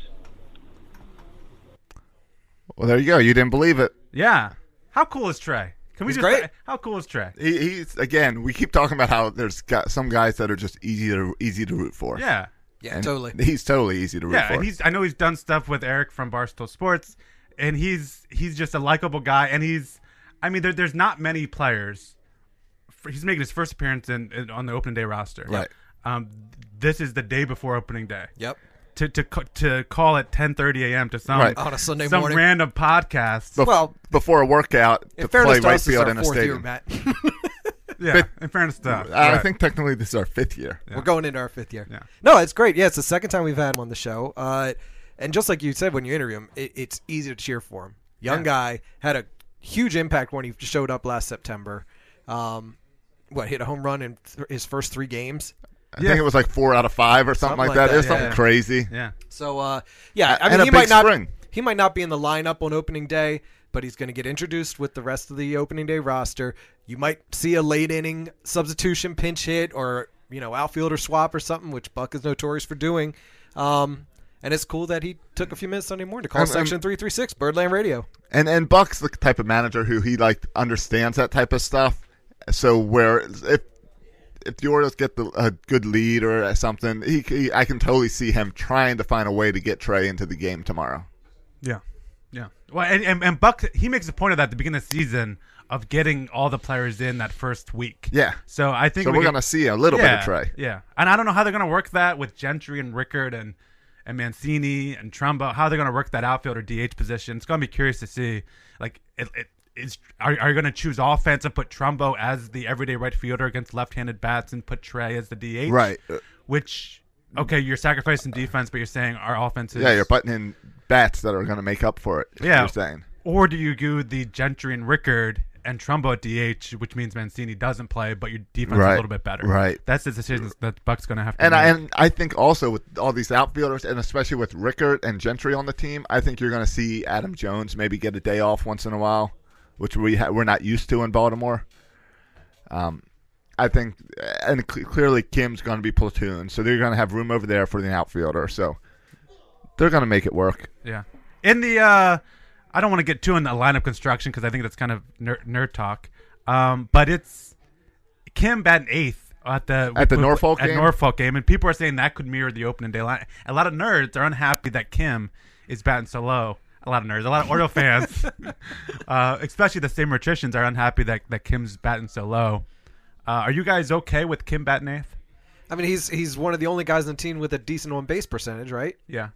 Speaker 1: Well, there you go. You didn't believe it.
Speaker 3: Yeah. How cool is Trey? Can we
Speaker 4: He's just- great.
Speaker 3: How cool is Trey?
Speaker 1: He, he's again. We keep talking about how there's got some guys that are just easy to easy to root for.
Speaker 3: Yeah.
Speaker 4: Yeah,
Speaker 1: And
Speaker 4: totally.
Speaker 1: He's totally easy to root
Speaker 3: Yeah,
Speaker 1: for.
Speaker 3: and he's I know he's done stuff with Eric from Barstool Sports, and he's he's just a likable guy, and he's I mean there, there's not many players. f- He's making his first appearance in, in- on the opening day roster.
Speaker 1: Right.
Speaker 3: Um, this is the day before opening day.
Speaker 4: Yep.
Speaker 3: To to ca- to call at 10:30 a.m. to some
Speaker 1: Right.
Speaker 4: On a Sunday
Speaker 3: some
Speaker 4: morning.
Speaker 3: random podcast.
Speaker 1: Bef-
Speaker 4: well,
Speaker 1: before a workout
Speaker 4: in
Speaker 1: to
Speaker 4: fairness
Speaker 1: play
Speaker 4: to
Speaker 1: right
Speaker 4: us, it's
Speaker 1: field
Speaker 4: our
Speaker 1: in a
Speaker 4: fourth year,
Speaker 1: stadium.
Speaker 4: Matt.
Speaker 3: Yeah,
Speaker 1: But-
Speaker 3: in fairness to us,
Speaker 1: I
Speaker 3: right.
Speaker 1: think technically this is our fifth year.
Speaker 4: We're going into our fifth year.
Speaker 3: Yeah.
Speaker 4: No, it's great. Yeah, it's the second time we've had him on the show. Uh, and just like you said when you interview him, it, it's easy to cheer for him. Young
Speaker 3: Yeah.
Speaker 4: guy had a huge impact when he showed up last September. Um, what hit a home run in th- his first three games?
Speaker 1: I think it was like four out of five or something,
Speaker 4: Something
Speaker 1: like
Speaker 4: like
Speaker 1: that. It was
Speaker 4: that,
Speaker 1: something
Speaker 4: yeah.
Speaker 1: crazy.
Speaker 3: yeah,
Speaker 4: So uh, yeah,
Speaker 1: A-
Speaker 4: I mean
Speaker 1: and a
Speaker 4: he might
Speaker 1: big
Speaker 4: not
Speaker 1: spring.
Speaker 4: he might not be in the lineup on opening day, but he's going to get introduced with the rest of the opening day roster. You might see a late inning substitution pinch hit or you know outfielder swap or something, which Buck is notorious for doing. Um, and it's cool that he took a few minutes Sunday morning to call
Speaker 1: I'm- I'm-
Speaker 4: Section Three Three Six Birdland Radio.
Speaker 1: And and Buck's the type of manager who he like understands that type of stuff. So where if if the Orioles get the, a good lead or something, he, he I can totally see him trying to find a way to get Trey into the game tomorrow.
Speaker 3: yeah, yeah. Well, and, and and Buck he makes a point of that at the beginning of the season of getting all the players in that first week.
Speaker 1: Yeah.
Speaker 3: So I think
Speaker 1: So
Speaker 3: we
Speaker 1: we're
Speaker 3: can-
Speaker 1: gonna see a little
Speaker 3: yeah,
Speaker 1: bit of Trey.
Speaker 3: Yeah, and I don't know how they're gonna work that with Gentry and Rickard and and Mancini and Trumbo. How they're gonna work that outfield or DH position? It's gonna be curious to see. Like, it, it, is are are you gonna choose offense and put Trumbo as the everyday right fielder against left-handed bats and put Trey as the DH?
Speaker 1: Right. Uh,
Speaker 3: Which okay, you're sacrificing defense, but you're saying our offense is
Speaker 1: Yeah, you're butting in bats that are going to make up for it. is what
Speaker 3: Yeah.
Speaker 1: You're saying.
Speaker 3: Or do you go the Gentry and Rickard and Trumbo at DH, which means Mancini doesn't play, but your defense is
Speaker 1: Right,
Speaker 3: a little bit better.
Speaker 1: right.
Speaker 3: That's the decision that Buck's going to have to
Speaker 1: And
Speaker 3: make.
Speaker 1: I, and I think also with all these outfielders, and especially with Rickard and Gentry on the team, I think you're going to see Adam Jones maybe get a day off once in a while, which we ha- we're not used to in Baltimore. Um, I think, and cl- clearly Kim's going to be platoon, so they're going to have room over there for the outfielder. So they're going to make it work.
Speaker 3: Yeah. In the, uh, I don't want to get too in the lineup construction because I think that's kind of nerd, nerd talk. Um, but it's Kim batting eighth at the
Speaker 1: At the Norfolk
Speaker 3: at
Speaker 1: game?
Speaker 3: Norfolk game, and people are saying that could mirror the opening day line. A lot of nerds are unhappy that Kim is batting so low. A lot of nerds, a lot of Oriole fans, uh, especially the same matricians, are unhappy that, that Kim's batting so low. Uh, are you guys okay with Kim batting eighth?
Speaker 4: I mean, he's he's one of the only guys on the team with a decent on base percentage, right?
Speaker 3: Yeah.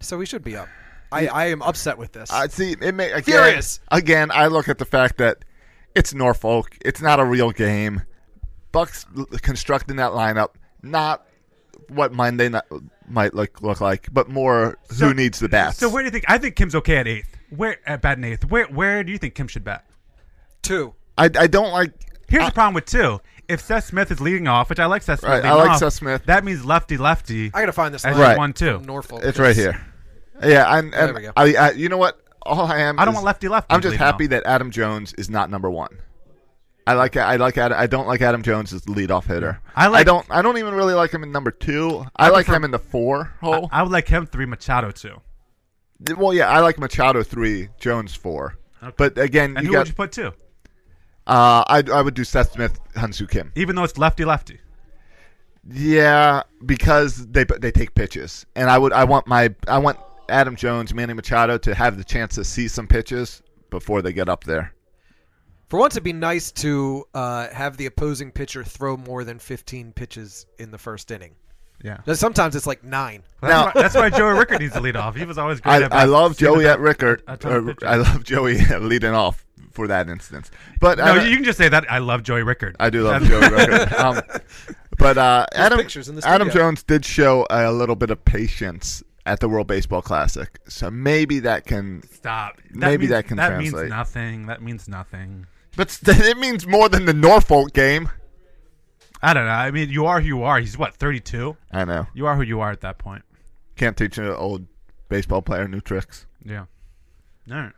Speaker 4: So he should be up. I, I am upset with this.
Speaker 1: I see. It may again,
Speaker 4: Furious.
Speaker 1: again. I look at the fact that it's Norfolk. It's not a real game. Bucks l- constructing that lineup, not what Monday night might look look like, but more
Speaker 3: So-
Speaker 1: who needs the bats.
Speaker 3: So where do you think? I think Kim's okay at eighth. Where at batting eighth? Where where do you think Kim should bat?
Speaker 4: Two.
Speaker 1: I, I don't like.
Speaker 3: Here's the problem with two. If Seth Smith is leading off, which I like Seth Smith,
Speaker 1: Right, I
Speaker 3: leading
Speaker 1: like
Speaker 3: off,
Speaker 1: Seth Smith.
Speaker 3: That means lefty lefty.
Speaker 4: I gotta find this
Speaker 3: as
Speaker 4: line.
Speaker 1: Right.
Speaker 3: one two.
Speaker 4: from Norfolk.
Speaker 1: It's right here. Yeah, and, and
Speaker 4: we go.
Speaker 1: I, I you know what? All I am.
Speaker 3: I don't
Speaker 1: is-
Speaker 3: want lefty lefty.
Speaker 1: I'm just
Speaker 3: leading
Speaker 1: happy
Speaker 3: off.
Speaker 1: that Adam Jones is not number one. I like I like Adam, I don't like Adam Jones as the leadoff hitter.
Speaker 3: I like-
Speaker 1: I don't I don't even really like him in number two. I, like him in the four hole.
Speaker 3: I would like him three Machado two.
Speaker 1: Well, yeah, I like Machado three, Jones four. But again,
Speaker 3: And
Speaker 1: you
Speaker 3: who
Speaker 1: got
Speaker 3: would you put two?
Speaker 1: uh, I I would do Seth Smith, Hansu Kim.
Speaker 3: Even though it's lefty lefty.
Speaker 1: Yeah, because they they take pitches, and I would I want my I want Adam Jones, Manny Machado to have the chance to see some pitches before they get up there.
Speaker 4: For once, it'd be nice to uh, have the opposing pitcher throw more than 15 pitches in the first inning.
Speaker 3: Yeah.
Speaker 4: Now, Sometimes it's like nine.
Speaker 3: That's,
Speaker 1: Now-
Speaker 3: why, that's why Joey Rickard needs to lead off. He was always great.
Speaker 1: I,
Speaker 3: at
Speaker 1: I
Speaker 3: bat-
Speaker 1: love
Speaker 3: seeing the
Speaker 1: Joey
Speaker 3: bat-
Speaker 1: at Rickard.
Speaker 3: a ton of
Speaker 1: Or,
Speaker 3: pitches.
Speaker 1: I love Joey leading off for that instance. But
Speaker 3: No,
Speaker 1: I,
Speaker 3: you can just say that. I love Joey Rickard.
Speaker 1: I do love Joey Rickard. Um, but uh, Adam
Speaker 4: pictures in the
Speaker 1: Adam
Speaker 4: studio.
Speaker 1: Jones did show a little bit of patience at the World Baseball Classic, so maybe that can.
Speaker 3: Stop. That
Speaker 1: Maybe
Speaker 3: means,
Speaker 1: that can
Speaker 3: That
Speaker 1: translate.
Speaker 3: means nothing. That means nothing.
Speaker 1: But st- it means more than the Norfolk game.
Speaker 3: I don't know. I mean, you are who you are. He's what thirty two.
Speaker 1: I know.
Speaker 3: You are who you are at that point.
Speaker 1: Can't teach an old baseball player new tricks.
Speaker 3: Yeah. All right.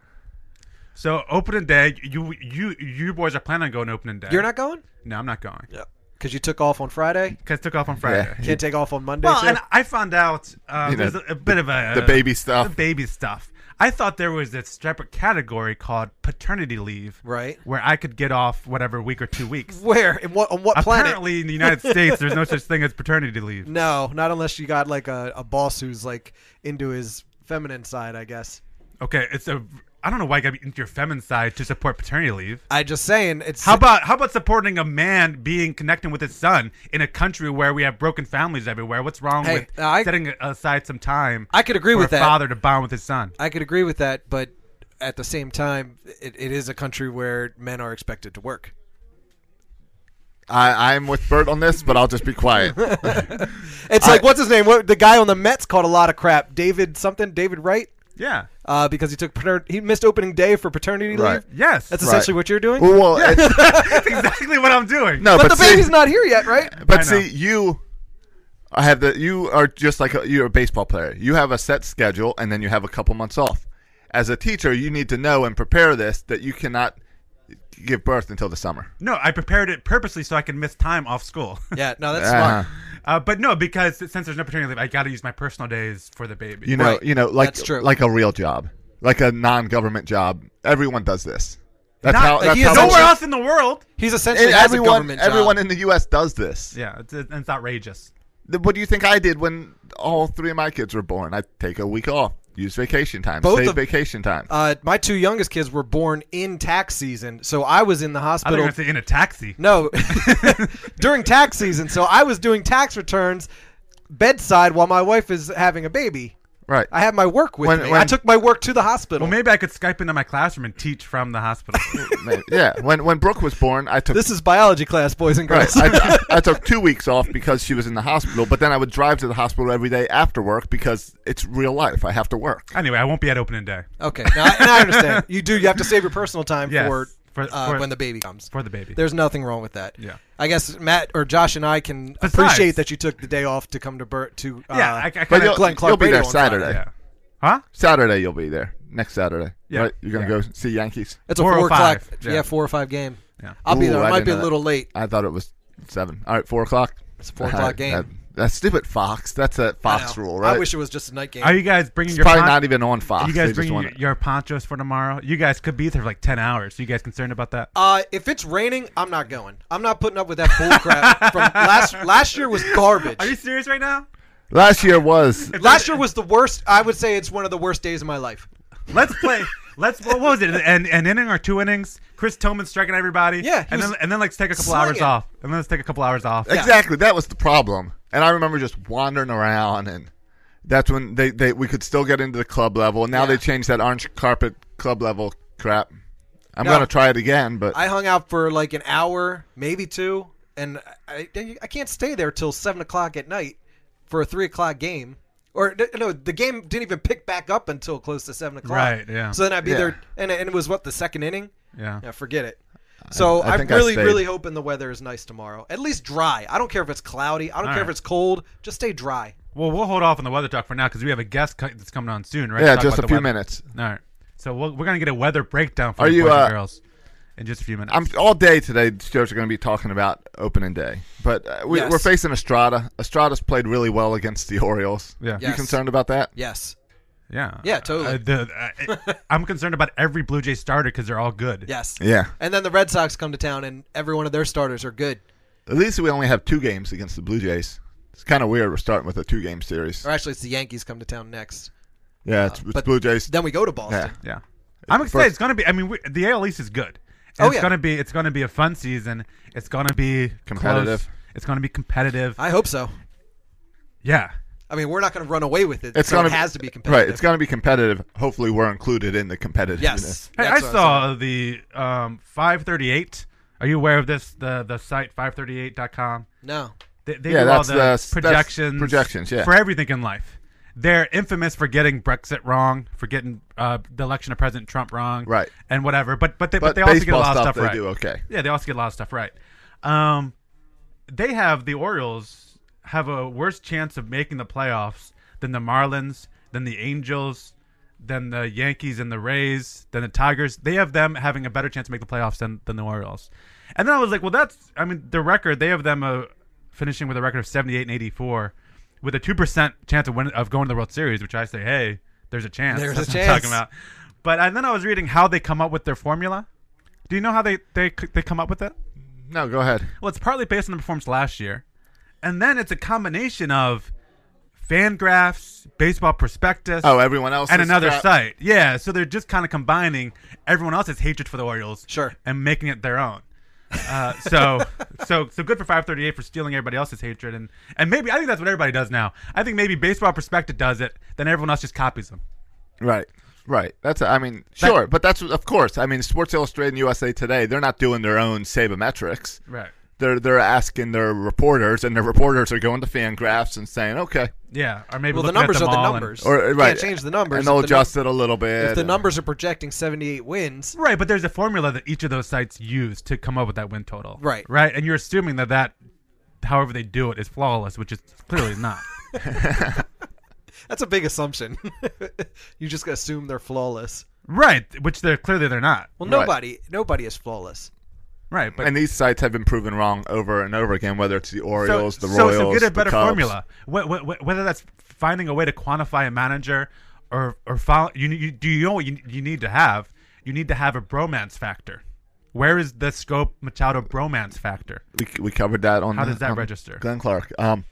Speaker 3: So opening day, you you you boys are planning on going opening day.
Speaker 4: You're not going?
Speaker 3: No, I'm not going.
Speaker 4: Yeah. Because you took off on Friday?
Speaker 3: Cause I took off on Friday.
Speaker 1: Yeah.
Speaker 4: Can't take off on Monday?
Speaker 3: Well,
Speaker 4: too?
Speaker 3: and I found out uh,
Speaker 1: You know,
Speaker 3: there's a, a bit of a
Speaker 4: Uh,
Speaker 3: uh,
Speaker 1: The baby
Speaker 3: the
Speaker 1: stuff.
Speaker 3: baby stuff. I thought there was a separate category called paternity leave,
Speaker 4: Right.
Speaker 3: Where I could get off whatever week or two weeks.
Speaker 4: Where? In what, on what planet?
Speaker 3: Apparently, in the United States, there's no such thing as paternity leave.
Speaker 4: No, not unless you got like a, a boss who's like into his feminine side, I guess.
Speaker 3: Okay, it's a. I don't know why you gotta be into your feminine side to support paternity leave.
Speaker 4: I just saying it's
Speaker 3: How about how about supporting a man being connecting with his son in a country where we have broken families everywhere? What's wrong
Speaker 4: Hey,
Speaker 3: with
Speaker 4: I-
Speaker 3: setting aside some time?
Speaker 4: I could agree
Speaker 3: for
Speaker 4: with
Speaker 3: a
Speaker 4: that.
Speaker 3: father to bond with his son.
Speaker 4: I could agree with that, but at the same time, it, it is a country where men are expected to work.
Speaker 1: I, I'm with Bert on this, but I'll just be quiet.
Speaker 4: It's like what's his name? What, the guy on the Mets called a lot of crap. David something. David Wright.
Speaker 3: Yeah.
Speaker 4: Uh, because he took pater- he missed opening day for paternity leave.
Speaker 1: Right.
Speaker 3: Yes.
Speaker 4: That's
Speaker 1: Right.
Speaker 4: essentially what you're doing.
Speaker 1: well, it's,
Speaker 3: That's exactly what I'm doing.
Speaker 1: no,
Speaker 4: but,
Speaker 1: but,
Speaker 4: the
Speaker 1: see,
Speaker 4: baby's not here yet, right?
Speaker 1: But
Speaker 3: I know.
Speaker 1: see, you, I have the. You are just like a, you're a baseball player. You have a set schedule, and then you have a couple months off. As a teacher, you need to know and prepare this that you cannot give birth until the summer.
Speaker 3: No, I prepared it purposely so I could miss time off school.
Speaker 4: Yeah. No, that's
Speaker 1: Uh-huh.
Speaker 4: smart.
Speaker 3: uh, but no, because since there's no paternity leave, I got to use my personal days for the baby.
Speaker 1: You know,
Speaker 4: Right.
Speaker 1: you know, like
Speaker 4: That's true.
Speaker 1: like a real job, like a non-government job. Everyone does this. That's
Speaker 3: Not-
Speaker 1: how.
Speaker 3: like,
Speaker 1: That's
Speaker 4: he is
Speaker 1: how
Speaker 4: no
Speaker 1: much-
Speaker 3: Nowhere else in the world.
Speaker 4: He's essentially
Speaker 1: and
Speaker 4: has a
Speaker 1: everyone,
Speaker 4: government job.
Speaker 1: everyone in the U.S. does this.
Speaker 3: Yeah, it's, it's outrageous.
Speaker 1: Th- What do you think I did when all three of my kids were born? I take a week off, use vacation time,
Speaker 4: Both
Speaker 1: save
Speaker 4: of-
Speaker 1: vacation time.
Speaker 4: Uh, my two youngest kids were born in tax season, so I was in the
Speaker 3: I don't
Speaker 4: hospital.
Speaker 3: have to in a taxi.
Speaker 4: No, during tax season, so I was doing tax returns bedside while my wife is having a baby.
Speaker 1: right.
Speaker 4: I had my work with
Speaker 1: When-
Speaker 4: me.
Speaker 1: when-
Speaker 4: I took my work to the hospital.
Speaker 3: Well, maybe I could Skype into my classroom and teach from the hospital.
Speaker 1: Maybe. yeah, when when Brooke was born, I took
Speaker 4: this is biology class, boys and
Speaker 1: right.
Speaker 4: girls.
Speaker 1: I, I took two weeks off because she was in the hospital. But then I would drive to the hospital every day after work because it's real life. I have to work.
Speaker 3: anyway, I won't be at opening day
Speaker 4: okay, now, and I understand. You do. You have to save your personal time
Speaker 3: Yes,
Speaker 4: for,
Speaker 3: for-
Speaker 4: uh,
Speaker 3: for-
Speaker 4: when the baby comes.
Speaker 3: for the baby.
Speaker 4: There's nothing wrong with that.
Speaker 3: Yeah.
Speaker 4: I guess Matt or Josh and I can
Speaker 3: Besides-
Speaker 4: appreciate that you took the day off to come to Bert to. Uh,
Speaker 3: yeah, I, I
Speaker 1: But
Speaker 3: kind
Speaker 1: you'll,
Speaker 3: of.
Speaker 4: Glenn Clark
Speaker 1: you'll be
Speaker 4: Radio
Speaker 1: there
Speaker 4: on
Speaker 1: Saturday.
Speaker 3: Yeah. Huh?
Speaker 1: Saturday you'll be there next Saturday.
Speaker 3: Yeah.
Speaker 1: Right? You're gonna
Speaker 3: Yeah.
Speaker 1: go see Yankees.
Speaker 4: It's a
Speaker 3: Four
Speaker 4: four,
Speaker 3: or
Speaker 4: o'clock.
Speaker 3: five,
Speaker 4: Yeah.
Speaker 3: yeah.
Speaker 4: four or five game.
Speaker 3: Yeah.
Speaker 4: I'll be
Speaker 1: Ooh,
Speaker 4: there. I,
Speaker 1: I
Speaker 4: might
Speaker 1: didn't
Speaker 4: be a
Speaker 1: know
Speaker 4: little
Speaker 1: that.
Speaker 4: late.
Speaker 1: I thought it was seven. All right, four o'clock. It's
Speaker 4: a four o'clock game.
Speaker 1: that's stupid. Fox. That's a
Speaker 4: I
Speaker 1: Fox
Speaker 4: know.
Speaker 1: rule, right?
Speaker 4: I wish it was just a night game.
Speaker 3: Are you guys bringing
Speaker 1: it's
Speaker 3: your
Speaker 1: probably
Speaker 3: pon-
Speaker 1: not even on Fox.
Speaker 3: You guys
Speaker 1: They just
Speaker 3: bringing
Speaker 1: want
Speaker 3: your, your ponchos for tomorrow? You guys could be there for like ten hours. You guys concerned about that?
Speaker 4: Uh, if it's raining, I'm not going. I'm not putting up with that bull
Speaker 1: Uh,
Speaker 4: crap from last last year was garbage.
Speaker 3: Are you serious right now?
Speaker 1: Last year was
Speaker 4: last year was the worst. I would say it's one of the worst days of my life.
Speaker 3: Let's play. Let's. What was it? An, an inning or two innings? Chris Tillman striking everybody.
Speaker 4: Yeah, he
Speaker 3: and
Speaker 4: was
Speaker 3: then and then let's take a couple hours
Speaker 4: slinging.
Speaker 3: off. And then let's take a couple hours off.
Speaker 1: Exactly. That was the problem. And I remember just wandering around and that's when they, they we could still get into the club level. And now they changed that orange carpet club level crap. I'm
Speaker 4: No.
Speaker 1: gonna try it again, but
Speaker 4: I hung out for like an hour, maybe two, and I I- I can't stay there till seven o'clock at night for a three o'clock game. Or n- no, the game didn't even pick back up until close to seven o'clock.
Speaker 3: Right, yeah.
Speaker 4: So then I'd be
Speaker 1: Yeah.
Speaker 4: there, and, and it was what the second inning.
Speaker 3: Yeah.
Speaker 4: Yeah, forget it. So
Speaker 1: I
Speaker 4: I, am
Speaker 1: think I
Speaker 4: really,
Speaker 1: stayed.
Speaker 4: really hoping the weather is nice tomorrow. At least dry. I don't care if it's cloudy. I don't care if
Speaker 3: right.
Speaker 4: it's cold. Just stay dry.
Speaker 3: Well, we'll hold off on the weather talk for now because we have a guest co- that's coming on soon, right?
Speaker 1: yeah,
Speaker 3: Talk
Speaker 1: just
Speaker 3: about
Speaker 1: a
Speaker 3: the
Speaker 1: few
Speaker 3: weather.
Speaker 1: minutes.
Speaker 3: All right. So we'll, we're gonna get a weather breakdown for
Speaker 1: Are
Speaker 3: the
Speaker 1: you,
Speaker 3: boys
Speaker 1: uh,
Speaker 3: and girls in just a few minutes.
Speaker 1: I'm all day today. The shows are going to be talking about opening day, but uh, we,
Speaker 4: Yes.
Speaker 1: we're facing Estrada. Estrada's played really well against the Orioles.
Speaker 3: Yeah.
Speaker 1: you
Speaker 4: Yes.
Speaker 1: concerned about that?
Speaker 4: Yes.
Speaker 3: yeah.
Speaker 4: Yeah, totally.
Speaker 3: Uh, the, uh, I'm concerned about every Blue Jay starter because they're all good.
Speaker 4: Yes.
Speaker 1: Yeah.
Speaker 4: And then the Red Sox come to town, and every one of their starters are good.
Speaker 1: At least we only have two games against the Blue Jays. It's kind of weird. We're starting with a two-game series.
Speaker 4: Or actually, it's the Yankees come to town next.
Speaker 1: Yeah, it's, it's
Speaker 4: but
Speaker 1: Blue Jays.
Speaker 4: Then we go to Boston.
Speaker 1: Yeah.
Speaker 3: Yeah. I'm excited.
Speaker 1: First-
Speaker 3: it's gonna be. I mean, we, the AL East is good.
Speaker 4: Oh,
Speaker 3: And it's
Speaker 4: yeah.
Speaker 3: gonna be. It's gonna be a fun season. It's gonna be close.
Speaker 1: Competitive.
Speaker 3: It's gonna be competitive.
Speaker 4: I hope so.
Speaker 3: yeah.
Speaker 4: I mean, we're not going to run away with it.
Speaker 1: It's
Speaker 4: so
Speaker 1: gonna
Speaker 4: it
Speaker 1: be-
Speaker 4: has to be competitive.
Speaker 1: Right, it's going to be competitive. Hopefully, we're included in the competitiveness.
Speaker 4: yes.
Speaker 3: Hey,
Speaker 4: That's
Speaker 3: I
Speaker 4: what I'm
Speaker 3: saw the um, 538. Are you aware of this? The the site 538.com.
Speaker 4: saying. No.
Speaker 3: They, they
Speaker 1: Yeah,
Speaker 3: do
Speaker 1: that's
Speaker 3: all
Speaker 1: the-
Speaker 3: the
Speaker 1: that's
Speaker 3: projections,
Speaker 1: projections, yeah.
Speaker 3: for everything in life. They're infamous for getting Brexit wrong, for getting uh, the election of President Trump wrong,
Speaker 1: Right.
Speaker 3: and whatever. But but they
Speaker 1: But,
Speaker 3: but, they also get a
Speaker 1: baseball
Speaker 3: lot
Speaker 1: stuff,
Speaker 3: of stuff
Speaker 1: they
Speaker 3: right.
Speaker 1: do okay.
Speaker 3: Yeah, they also get a lot of stuff right. Um, they have the Orioles have a worse chance of making the playoffs than the Marlins, than the Angels, than the Yankees and the Rays, than the Tigers. They have them having a better chance to make the playoffs than, than the Orioles. And then I was like, well, that's I mean the record. They have them uh, finishing with a record of seventy eight and eighty four, with a two percent chance of win- of going to the World Series. Which I say, hey, there's a chance.
Speaker 4: There's
Speaker 3: That's
Speaker 4: a
Speaker 3: what I'm talking
Speaker 4: chance.
Speaker 3: about. But and then I was reading how they come up with their formula. Do you know how they they c- they come up with it?
Speaker 1: No, go ahead.
Speaker 3: Well, it's partly based on the performance last year, and then it's a combination of fan graphs, baseball prospectus,
Speaker 1: Oh, everyone else
Speaker 3: and
Speaker 1: is
Speaker 3: another
Speaker 1: crap.
Speaker 3: site. Yeah, so they're just kind of combining everyone else's hatred for the Orioles,
Speaker 4: Sure.
Speaker 3: and making it their own. Uh, so, so, so good for 538 for stealing everybody else's hatred, and and maybe I think that's what everybody does now. I think maybe baseball prospectus does it, then everyone else just copies them.
Speaker 1: Right, right. That's I mean, sure, but that's of course. I mean, Sports Illustrated and USA Today, they're not doing their own sabermetrics.
Speaker 3: Right.
Speaker 1: they're they're asking their reporters, and their reporters are going to fan graphs and saying, okay,
Speaker 3: Yeah, or maybe
Speaker 4: Well, the
Speaker 3: looking at
Speaker 4: numbers
Speaker 3: them
Speaker 4: are the
Speaker 3: all and-
Speaker 4: numbers.
Speaker 1: or
Speaker 4: You
Speaker 1: right,
Speaker 4: can't change the numbers.
Speaker 1: and they'll
Speaker 4: If the num-
Speaker 1: adjust it a little bit.
Speaker 4: If the
Speaker 1: and-
Speaker 4: numbers are projecting 78 wins,
Speaker 3: Right, but there's a formula that each of those sites use to come up with that win total.
Speaker 4: Right.
Speaker 3: Right, and you're assuming that that, however they do it, is flawless, which is clearly not.
Speaker 4: that's a big assumption. you just assume they're flawless.
Speaker 3: right, which they're clearly they're not.
Speaker 4: Well,
Speaker 1: Right.
Speaker 4: nobody nobody is flawless.
Speaker 3: Right, but
Speaker 1: and these sites have been proven wrong over and over again, whether it's the Orioles, the
Speaker 3: so,
Speaker 1: Royals,
Speaker 3: so get
Speaker 1: the
Speaker 3: a better
Speaker 1: Cubs.
Speaker 3: formula. Wh- wh- wh- Whether that's finding a way to quantify a manager, or or follow, you, you do you know what you, you need to have? You need to have a bromance factor. Where is the scope Machado bromance factor?
Speaker 1: We, we covered that on
Speaker 3: How
Speaker 1: the-
Speaker 3: does that
Speaker 1: on
Speaker 3: register?
Speaker 1: Glenn Clark. Um,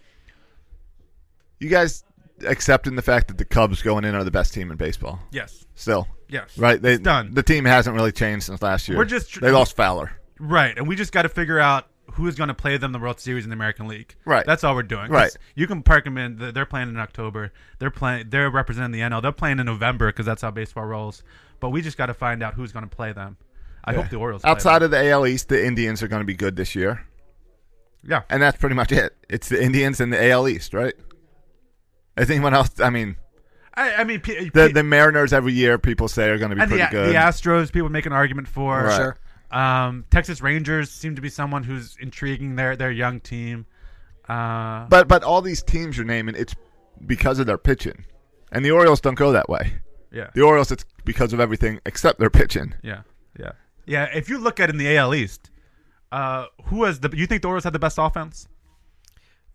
Speaker 1: you guys accepting the fact that the Cubs going in are the best team in baseball
Speaker 3: Yes,
Speaker 1: still,
Speaker 3: yes,
Speaker 1: right? They
Speaker 3: it's done.
Speaker 1: The team hasn't really changed since last year.
Speaker 3: We're just tr-
Speaker 1: they lost Fowler.
Speaker 3: Right, and we just got to figure out who's going to play them the World Series in the American League.
Speaker 1: Right.
Speaker 3: that's all we're doing. 'Cause
Speaker 1: Right.
Speaker 3: you can park them in. th- They're playing in October. They're playing. They're representing the NL. They're playing in November because that's how baseball rolls. But we just got to find out who's going to play them. I hope the Orioles. play
Speaker 1: Outside
Speaker 3: them.
Speaker 1: of the AL East, the Indians are going to be good this year,
Speaker 3: yeah,
Speaker 1: and that's pretty much it. It's the Indians and the AL East, right? Is anyone else? I mean,
Speaker 3: I, I mean, P-
Speaker 1: the
Speaker 3: P-
Speaker 1: the Mariners every year people say are going to be
Speaker 3: and the,
Speaker 1: pretty good.
Speaker 3: the Astros people make an argument for.
Speaker 1: Right.
Speaker 4: Sure.
Speaker 3: Um, Texas Rangers seem to be someone who's intriguing their their young team. Uh,
Speaker 1: But but all these teams you're naming, it's because of their pitching, and the Orioles don't go that way.
Speaker 3: yeah,
Speaker 1: The Orioles, it's because of everything except their pitching.
Speaker 3: yeah, yeah, yeah. If you look at in the AL East, uh, who has the? You think the Orioles had the best offense?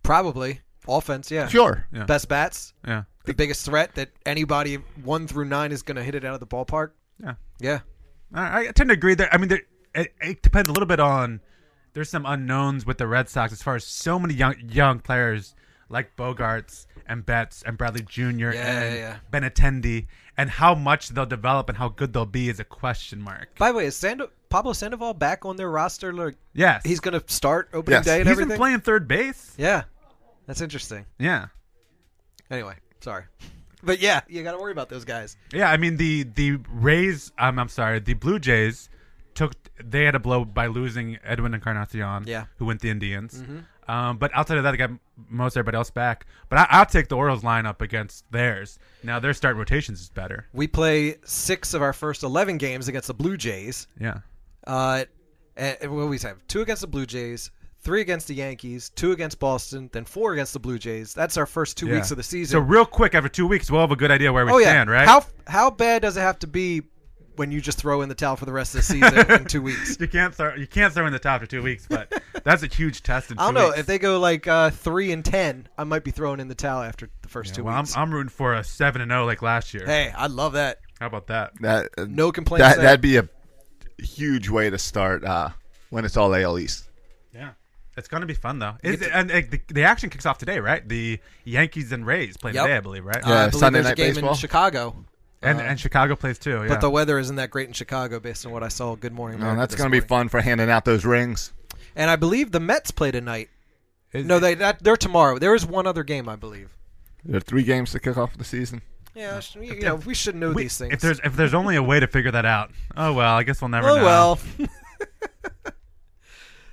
Speaker 4: Probably offense, yeah.
Speaker 1: Sure,
Speaker 3: Yeah.
Speaker 4: Best bats,
Speaker 3: Yeah.
Speaker 4: the biggest threat that anybody one through nine is going to hit it out of the ballpark.
Speaker 3: Yeah.
Speaker 4: Yeah.
Speaker 3: I, I tend to agree there. I mean, there, it, it depends a little bit on. There's some unknowns with the Red Sox as far as so many young young players like Bogarts and Betts and Bradley Jr. and
Speaker 4: yeah,
Speaker 3: Benatendi, and how much they'll develop and how good they'll be is a question mark.
Speaker 4: By the way, is Sando- Pablo Sandoval back on their roster? Like,
Speaker 3: Yes,
Speaker 4: he's going to start opening
Speaker 1: Yes.
Speaker 4: day and
Speaker 3: he's
Speaker 4: everything.
Speaker 3: been playing third base.
Speaker 4: yeah, that's interesting.
Speaker 3: Yeah,
Speaker 4: Anyway, sorry, but yeah, you got to worry about those guys.
Speaker 3: yeah. I mean the the Rays. Um, I'm sorry, the Blue Jays took they had a blow by losing Edwin Encarnacion.
Speaker 4: Yeah. Mm-hmm.
Speaker 3: who went the Indians. Um, but outside of that, they got most everybody else back. But I, I'll take the Orioles lineup against theirs. Now their start rotations is better.
Speaker 4: We play six of our first eleven games against the Blue Jays.
Speaker 3: Yeah,
Speaker 4: Uh, and and what we have two against the Blue Jays, three against the Yankees, two against Boston, then four against the Blue Jays. That's our first two
Speaker 3: yeah.
Speaker 4: weeks of the season.
Speaker 3: So real quick, after two weeks, we'll have a good idea where we
Speaker 4: oh yeah,
Speaker 3: stand, right?
Speaker 4: How how bad does it have to be when you just throw in the towel for the rest of the season in two weeks?
Speaker 3: you can't throw you can't throw in the top for two weeks, but that's a huge test. In two
Speaker 4: I don't know
Speaker 3: weeks.
Speaker 4: if they go like uh, three and ten. I might be throwing in the towel after the first two
Speaker 3: Well, I'm,
Speaker 4: weeks.
Speaker 3: I'm rooting for a seven and zero like last year.
Speaker 4: hey, I love that.
Speaker 3: How about that?
Speaker 1: That uh,
Speaker 4: No complaints.
Speaker 1: that
Speaker 4: there.
Speaker 1: that'd be a huge way to start uh, when it's all AL East.
Speaker 3: Yeah. It's gonna be fun though, Is- and uh, the, the action kicks off today, right? The Yankees and Rays play
Speaker 4: Yep.
Speaker 3: today, I believe, right?
Speaker 4: Uh, I
Speaker 1: Yeah,
Speaker 4: believe
Speaker 1: Sunday
Speaker 4: there's a
Speaker 1: night
Speaker 4: game
Speaker 1: baseball.
Speaker 4: in Chicago,
Speaker 3: and and Chicago plays too. Yeah.
Speaker 4: but the weather isn't that great in Chicago, based on what I saw. Good morning.
Speaker 1: No,
Speaker 4: America
Speaker 1: that's
Speaker 4: this
Speaker 1: going to be fun
Speaker 4: morning.
Speaker 1: for handing out those rings.
Speaker 4: And I believe the Mets play tonight.
Speaker 3: Is-
Speaker 4: No, they that, they're tomorrow. There is one other game, I believe.
Speaker 1: There are three games to kick off the season.
Speaker 4: Yeah, sh- you know, we should know
Speaker 3: we-
Speaker 4: these things.
Speaker 3: If there's if there's only a way to figure that out, oh well, I guess we'll never
Speaker 4: oh
Speaker 3: know.
Speaker 4: well.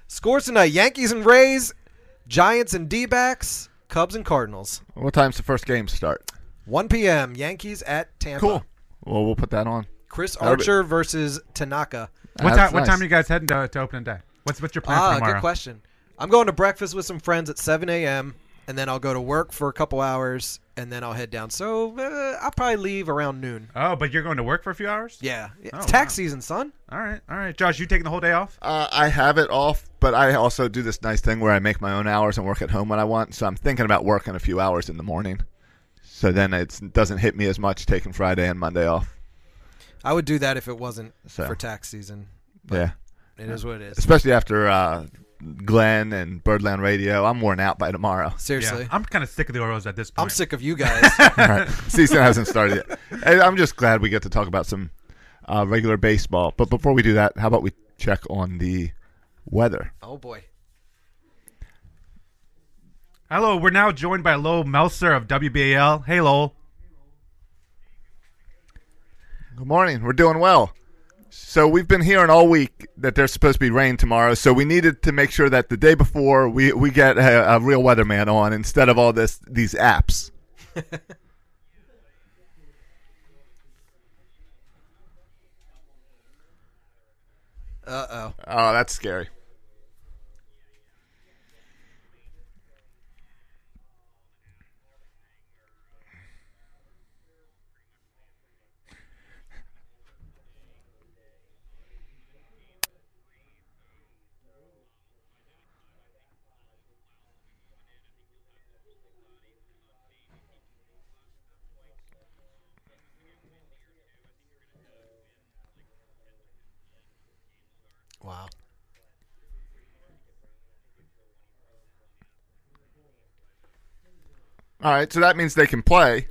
Speaker 4: Scores tonight: Yankees and Rays, Giants and D-backs, Cubs and Cardinals.
Speaker 1: What time's the first game start?
Speaker 4: 1 p.m. Yankees at Tampa.
Speaker 1: Cool. Well, we'll put that on.
Speaker 4: Chris
Speaker 1: That'll be-
Speaker 4: Archer versus Tanaka.
Speaker 3: What time?
Speaker 1: That's
Speaker 3: What
Speaker 1: nice.
Speaker 3: time are you guys heading to, to opening day? What's what's your plan for
Speaker 4: Ah,
Speaker 3: tomorrow?
Speaker 4: good question. I'm going to breakfast with some friends at 7 a.m. and then I'll go to work for a couple hours and then I'll head down. So uh, I'll probably leave around noon.
Speaker 3: Oh, but you're going to work for a few hours?
Speaker 4: Yeah, it's
Speaker 3: Oh,
Speaker 4: tax
Speaker 3: wow.
Speaker 4: season, son.
Speaker 3: All right, all right. Josh, you taking the whole day off?
Speaker 1: Uh, I have it off, but I also do this nice thing where I make my own hours and work at home when I want. So I'm thinking about working a few hours in the morning. So then it doesn't hit me as much taking Friday and Monday off.
Speaker 4: I would do that if it wasn't
Speaker 1: So.
Speaker 4: for tax season.
Speaker 1: Yeah.
Speaker 4: It is what it is.
Speaker 1: Especially after uh, Glenn and Birdland Radio. I'm worn out by tomorrow.
Speaker 4: Seriously.
Speaker 3: I'm kind of sick of the Orioles at this point.
Speaker 4: I'm sick of you guys.
Speaker 1: Season hasn't started yet. And I'm just glad we get to talk about some uh, regular baseball. But before we do that, how about we check on the weather?
Speaker 4: oh, boy.
Speaker 3: Hello, we're now joined by Lowell Melser of WBAL. Hey, Lowell.
Speaker 1: Good morning. We're doing well. So we've been hearing all week that there's supposed to be rain tomorrow. So we needed to make sure that the day before we, we get a, a real weatherman on instead of all this these apps.
Speaker 4: Uh oh.
Speaker 1: Oh, that's scary.
Speaker 4: Wow.
Speaker 1: All right, so that means they can play.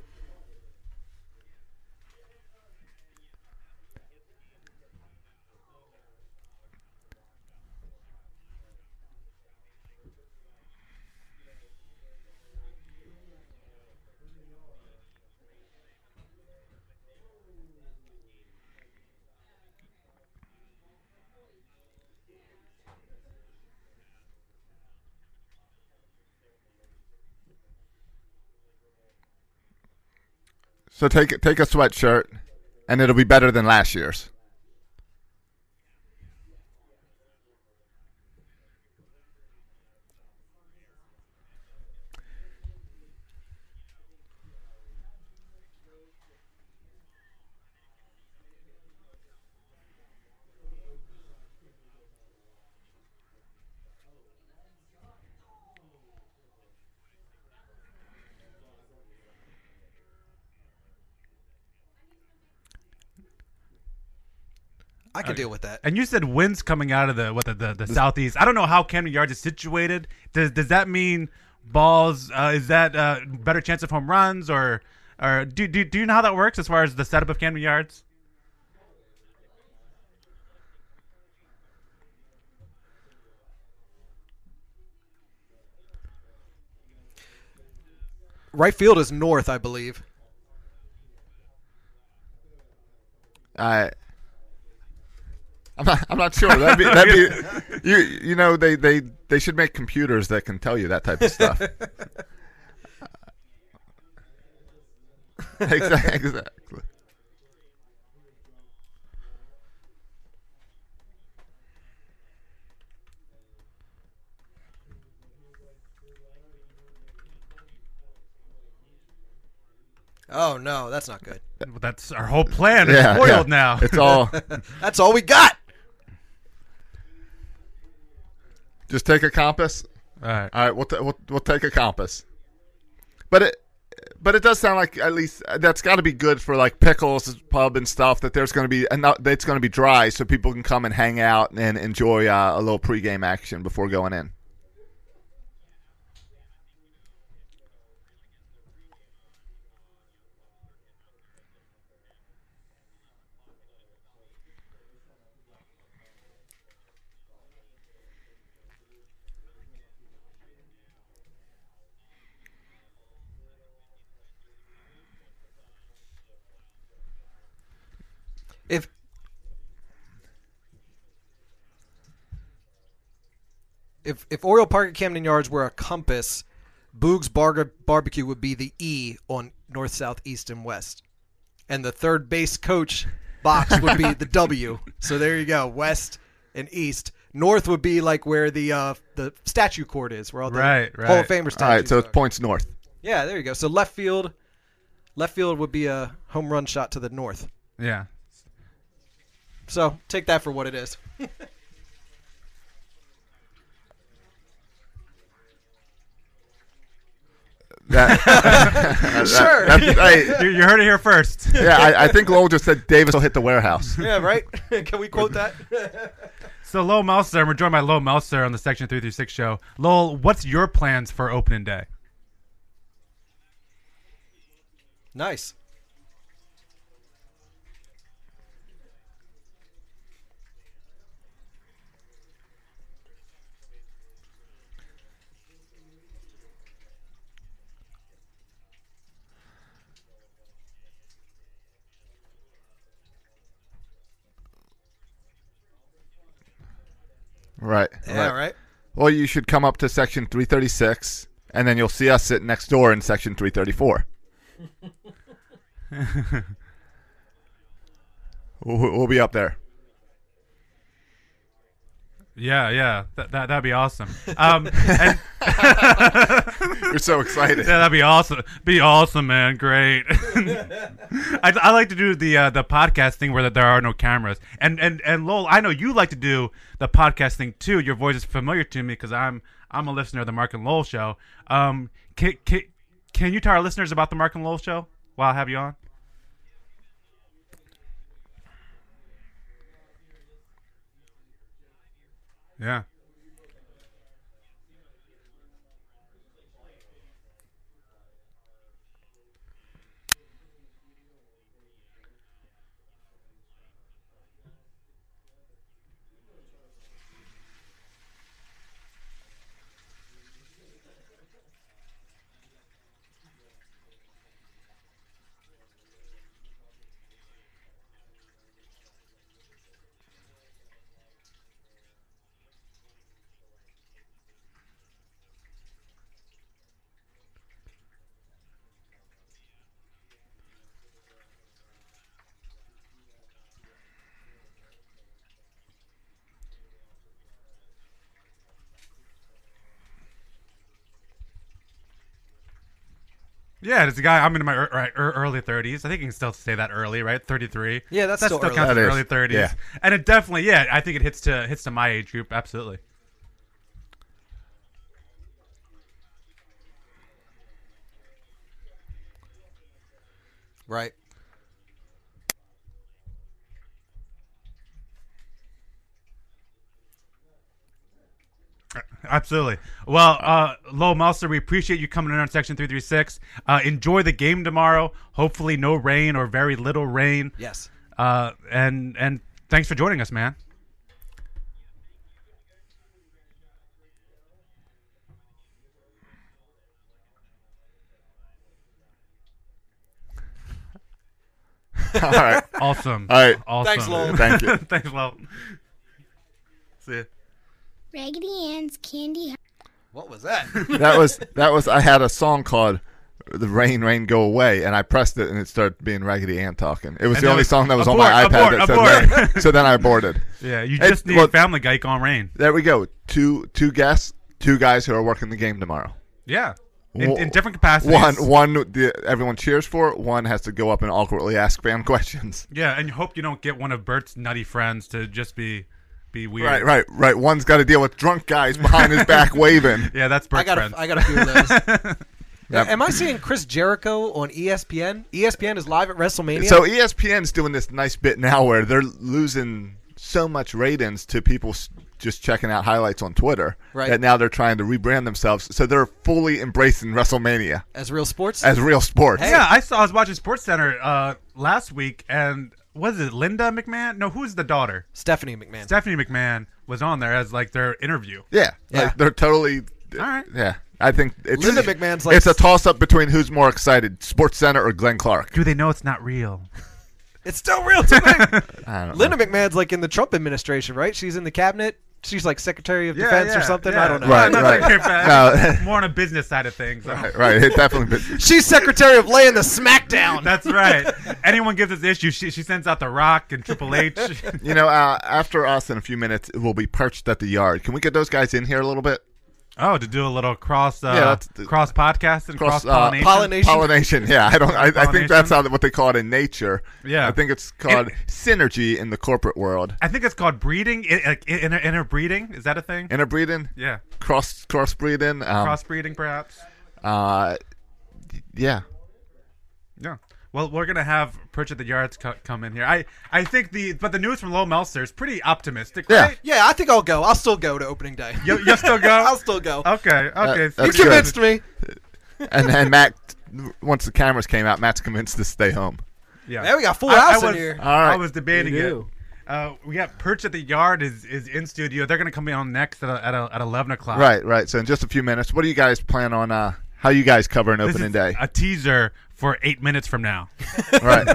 Speaker 1: So take take a sweatshirt, and it'll be better than last year's.
Speaker 4: I can deal with that.
Speaker 3: And you said winds coming out of the what the, the, the southeast. I don't know how Camden Yards is situated. Does does that mean balls? Uh, is that uh, better chance of home runs or or do, do do you know how that works as far as the setup of Camden Yards?
Speaker 4: Right field is north, I believe.
Speaker 1: I I'm not, I'm not sure. That'd be, that'd be you you know they, they they should make computers that can tell you that type of stuff. exactly. exactly.
Speaker 4: Oh no, that's not good.
Speaker 3: Well, that's our whole plan.
Speaker 1: Yeah,
Speaker 3: Yeah, it's
Speaker 1: yeah.
Speaker 3: foiled now.
Speaker 1: It's all
Speaker 4: That's all we got.
Speaker 1: just take a compass.
Speaker 3: all right.
Speaker 1: All right, we'll, t- we'll we'll take a compass. But it but it does sound like at least uh, that's got to be good for like pickles pub and stuff that there's going to be enough that's going to be dry so people can come and hang out and enjoy uh, a little pregame action before going in.
Speaker 4: If if if Oriole Park at Camden Yards were a compass, Boog's Barger Barbecue would be the E on north, south, east, and west, and the third base coach box would be the W. So there you go, west and east. North would be like where the uh, the statue court is, where all the
Speaker 3: Right,
Speaker 4: Hall of
Speaker 3: right.
Speaker 4: Famer statues.
Speaker 1: All right, so
Speaker 4: are.
Speaker 1: it's points north.
Speaker 4: yeah, there you go. So left field, left field would be a home run shot to the north.
Speaker 3: Yeah.
Speaker 4: So take that for what it is.
Speaker 1: That, that-
Speaker 4: Sure.
Speaker 1: that- hey,
Speaker 3: You, you heard it here first.
Speaker 1: yeah, I, I think Lowell just said Davis will hit the warehouse.
Speaker 4: Yeah, right? Can we quote that?
Speaker 3: So Lowell Meltzer, and we're joined by Lowell Meltzer on the Section Three Through Six show. Lowell, what's your plans for opening day?
Speaker 4: nice.
Speaker 1: Right.
Speaker 4: Yeah, right.
Speaker 1: Well, you should come up to section 336, and then you'll see us sitting next door in section 334. we'll, we'll be up there.
Speaker 3: Yeah, yeah. That, that, that'd be awesome. Um, and,
Speaker 1: You're so excited.
Speaker 3: Yeah, that'd be awesome. Be awesome, man. Great. I, I like to do the uh, the podcast thing where there are no cameras. And and and Lowell, I know you like to do the podcast thing too. Your voice is familiar to me because I'm I'm a listener of the Mark and Lowell show. Um, can, can, can you tell our listeners about the Mark and Lowell show while I have you on? Yeah. Yeah, it's a guy. I'm in my ear- right, ear- early 30s. I think you can still say that early, right? 33.
Speaker 4: Yeah, that's
Speaker 3: that
Speaker 4: still early.
Speaker 3: counts as
Speaker 1: That is,
Speaker 3: early 30s.
Speaker 1: yeah.
Speaker 3: And it definitely, yeah, I think it hits to hits to my age group. Absolutely.
Speaker 4: Right.
Speaker 3: Absolutely. Well, uh, Lowell Melser, we appreciate you coming in on Section 336. Uh, enjoy the game tomorrow. Hopefully, no rain or very little rain.
Speaker 4: Yes.
Speaker 3: Uh, and and thanks for joining us, man.
Speaker 1: All right.
Speaker 3: Awesome.
Speaker 1: All right.
Speaker 3: Awesome.
Speaker 4: Thanks, Lowell.
Speaker 1: Thank you.
Speaker 3: thanks, Lowell. See ya.
Speaker 5: Raggedy Ann's Candy
Speaker 4: What was that?
Speaker 1: That was that was. I had a song called "The Rain, Rain, Go Away," and I pressed it, and it started being Raggedy Ann talking. It was
Speaker 3: And
Speaker 1: the
Speaker 3: that
Speaker 1: only
Speaker 3: was-
Speaker 1: song that was on my
Speaker 3: abort,
Speaker 1: iPad that
Speaker 3: abort,
Speaker 1: said "Rain." So then I aborted.
Speaker 3: Yeah, you
Speaker 1: Hey,
Speaker 3: just need
Speaker 1: well-
Speaker 3: Family Guy on rain.
Speaker 1: There we go. Two two guests, two guys who are working the game tomorrow.
Speaker 3: Yeah. In,
Speaker 1: Wha-
Speaker 3: in different capacities.
Speaker 1: One one the, everyone cheers for. One has to go up and awkwardly ask fan questions.
Speaker 3: Yeah, and you hope you don't get one of Bert's nutty friends to just be be weird.
Speaker 1: Right, right, right. One's got to deal with drunk guys behind his back waving.
Speaker 3: Yeah, that's
Speaker 4: I
Speaker 3: Bert's
Speaker 4: got
Speaker 3: friend.
Speaker 4: a, I got a few of those. Am I seeing Chris Jericho on E ESPN? ESPN is live at WrestleMania.
Speaker 1: So E ESPN's doing this nice bit now where they're losing so much ratings to people s- just checking out highlights on Twitter.
Speaker 4: Right.
Speaker 1: That now they're trying to rebrand themselves, so they're fully embracing WrestleMania
Speaker 4: as real sports,
Speaker 1: as real sports.
Speaker 4: Hey.
Speaker 3: yeah, I saw I was watching Sports Center uh, last week and was it Linda McMahon? No, who's the daughter?
Speaker 4: Stephanie McMahon.
Speaker 3: Stephanie McMahon was on there as like their interview.
Speaker 1: Yeah.
Speaker 4: Yeah.
Speaker 1: Like they're totally.
Speaker 3: All right.
Speaker 1: Yeah. I think it's
Speaker 4: Linda McMahon's like-
Speaker 1: it's a toss up between who's more excited, Sports Center or Glenn Clark.
Speaker 3: Do they know it's not real?
Speaker 4: it's still real today.
Speaker 1: I don't know.
Speaker 4: Linda McMahon's like in the Trump administration, right? She's in the cabinet. She's like Secretary of Defense or something. I don't know.
Speaker 1: Right,
Speaker 3: Not
Speaker 1: right.
Speaker 3: Secretary of Defense,
Speaker 1: No.
Speaker 3: More on a business side of things.
Speaker 1: Right, right. It definitely.
Speaker 4: She's Secretary of laying the smackdown.
Speaker 3: That's right. Anyone gives us issue, she, she sends out The Rock and Triple H.
Speaker 1: You know, uh, after us in a few minutes, we'll be perched at the yard. Can we get those guys in here a little bit?
Speaker 3: oh, to do a little cross uh,
Speaker 1: Yeah, that's the-
Speaker 3: cross podcast and cross,
Speaker 1: Cross, uh,
Speaker 3: pollination.
Speaker 4: Pollination.
Speaker 1: Pollination. Yeah, I don't. I, I think
Speaker 3: Pollination.
Speaker 1: that's how what they call it in nature.
Speaker 3: Yeah.
Speaker 1: I think it's called
Speaker 3: It-
Speaker 1: synergy in the corporate world.
Speaker 3: I think it's called breeding, i- like i- inner interbreeding. Is that a thing?
Speaker 1: Interbreeding,
Speaker 3: yeah,
Speaker 1: cross crossbreeding. Um,
Speaker 3: crossbreeding perhaps.
Speaker 1: Uh, yeah.
Speaker 3: Yeah. Well, we're gonna have Pritchett the Yards co- come in here. I I think the but the news from Lowell Melser is pretty optimistic.
Speaker 1: Yeah.
Speaker 3: Right?
Speaker 4: yeah, I think I'll go. I'll still go to opening day.
Speaker 3: You, you'll still go.
Speaker 4: I'll still go.
Speaker 3: Okay. Okay.
Speaker 1: That- Oh, Uh, that's
Speaker 3: pretty-
Speaker 1: good.
Speaker 4: Convinced me.
Speaker 1: And and Matt, once the cameras came out, Matt's convinced to stay home.
Speaker 3: Yeah.
Speaker 4: Man, we got full
Speaker 3: I- I
Speaker 4: house in
Speaker 3: was-
Speaker 4: here.
Speaker 1: All right.
Speaker 3: I was debating
Speaker 4: We
Speaker 3: it.
Speaker 4: do.
Speaker 3: Uh, we got Perch at the Yard is, is in studio. They're gonna come in on next at, at, at eleven o'clock.
Speaker 1: Right, right. So in just a few minutes, what do you guys plan on? Uh, how you guys covering
Speaker 3: This
Speaker 1: opening
Speaker 3: is
Speaker 1: day?
Speaker 3: a teaser for eight minutes from now.
Speaker 1: right.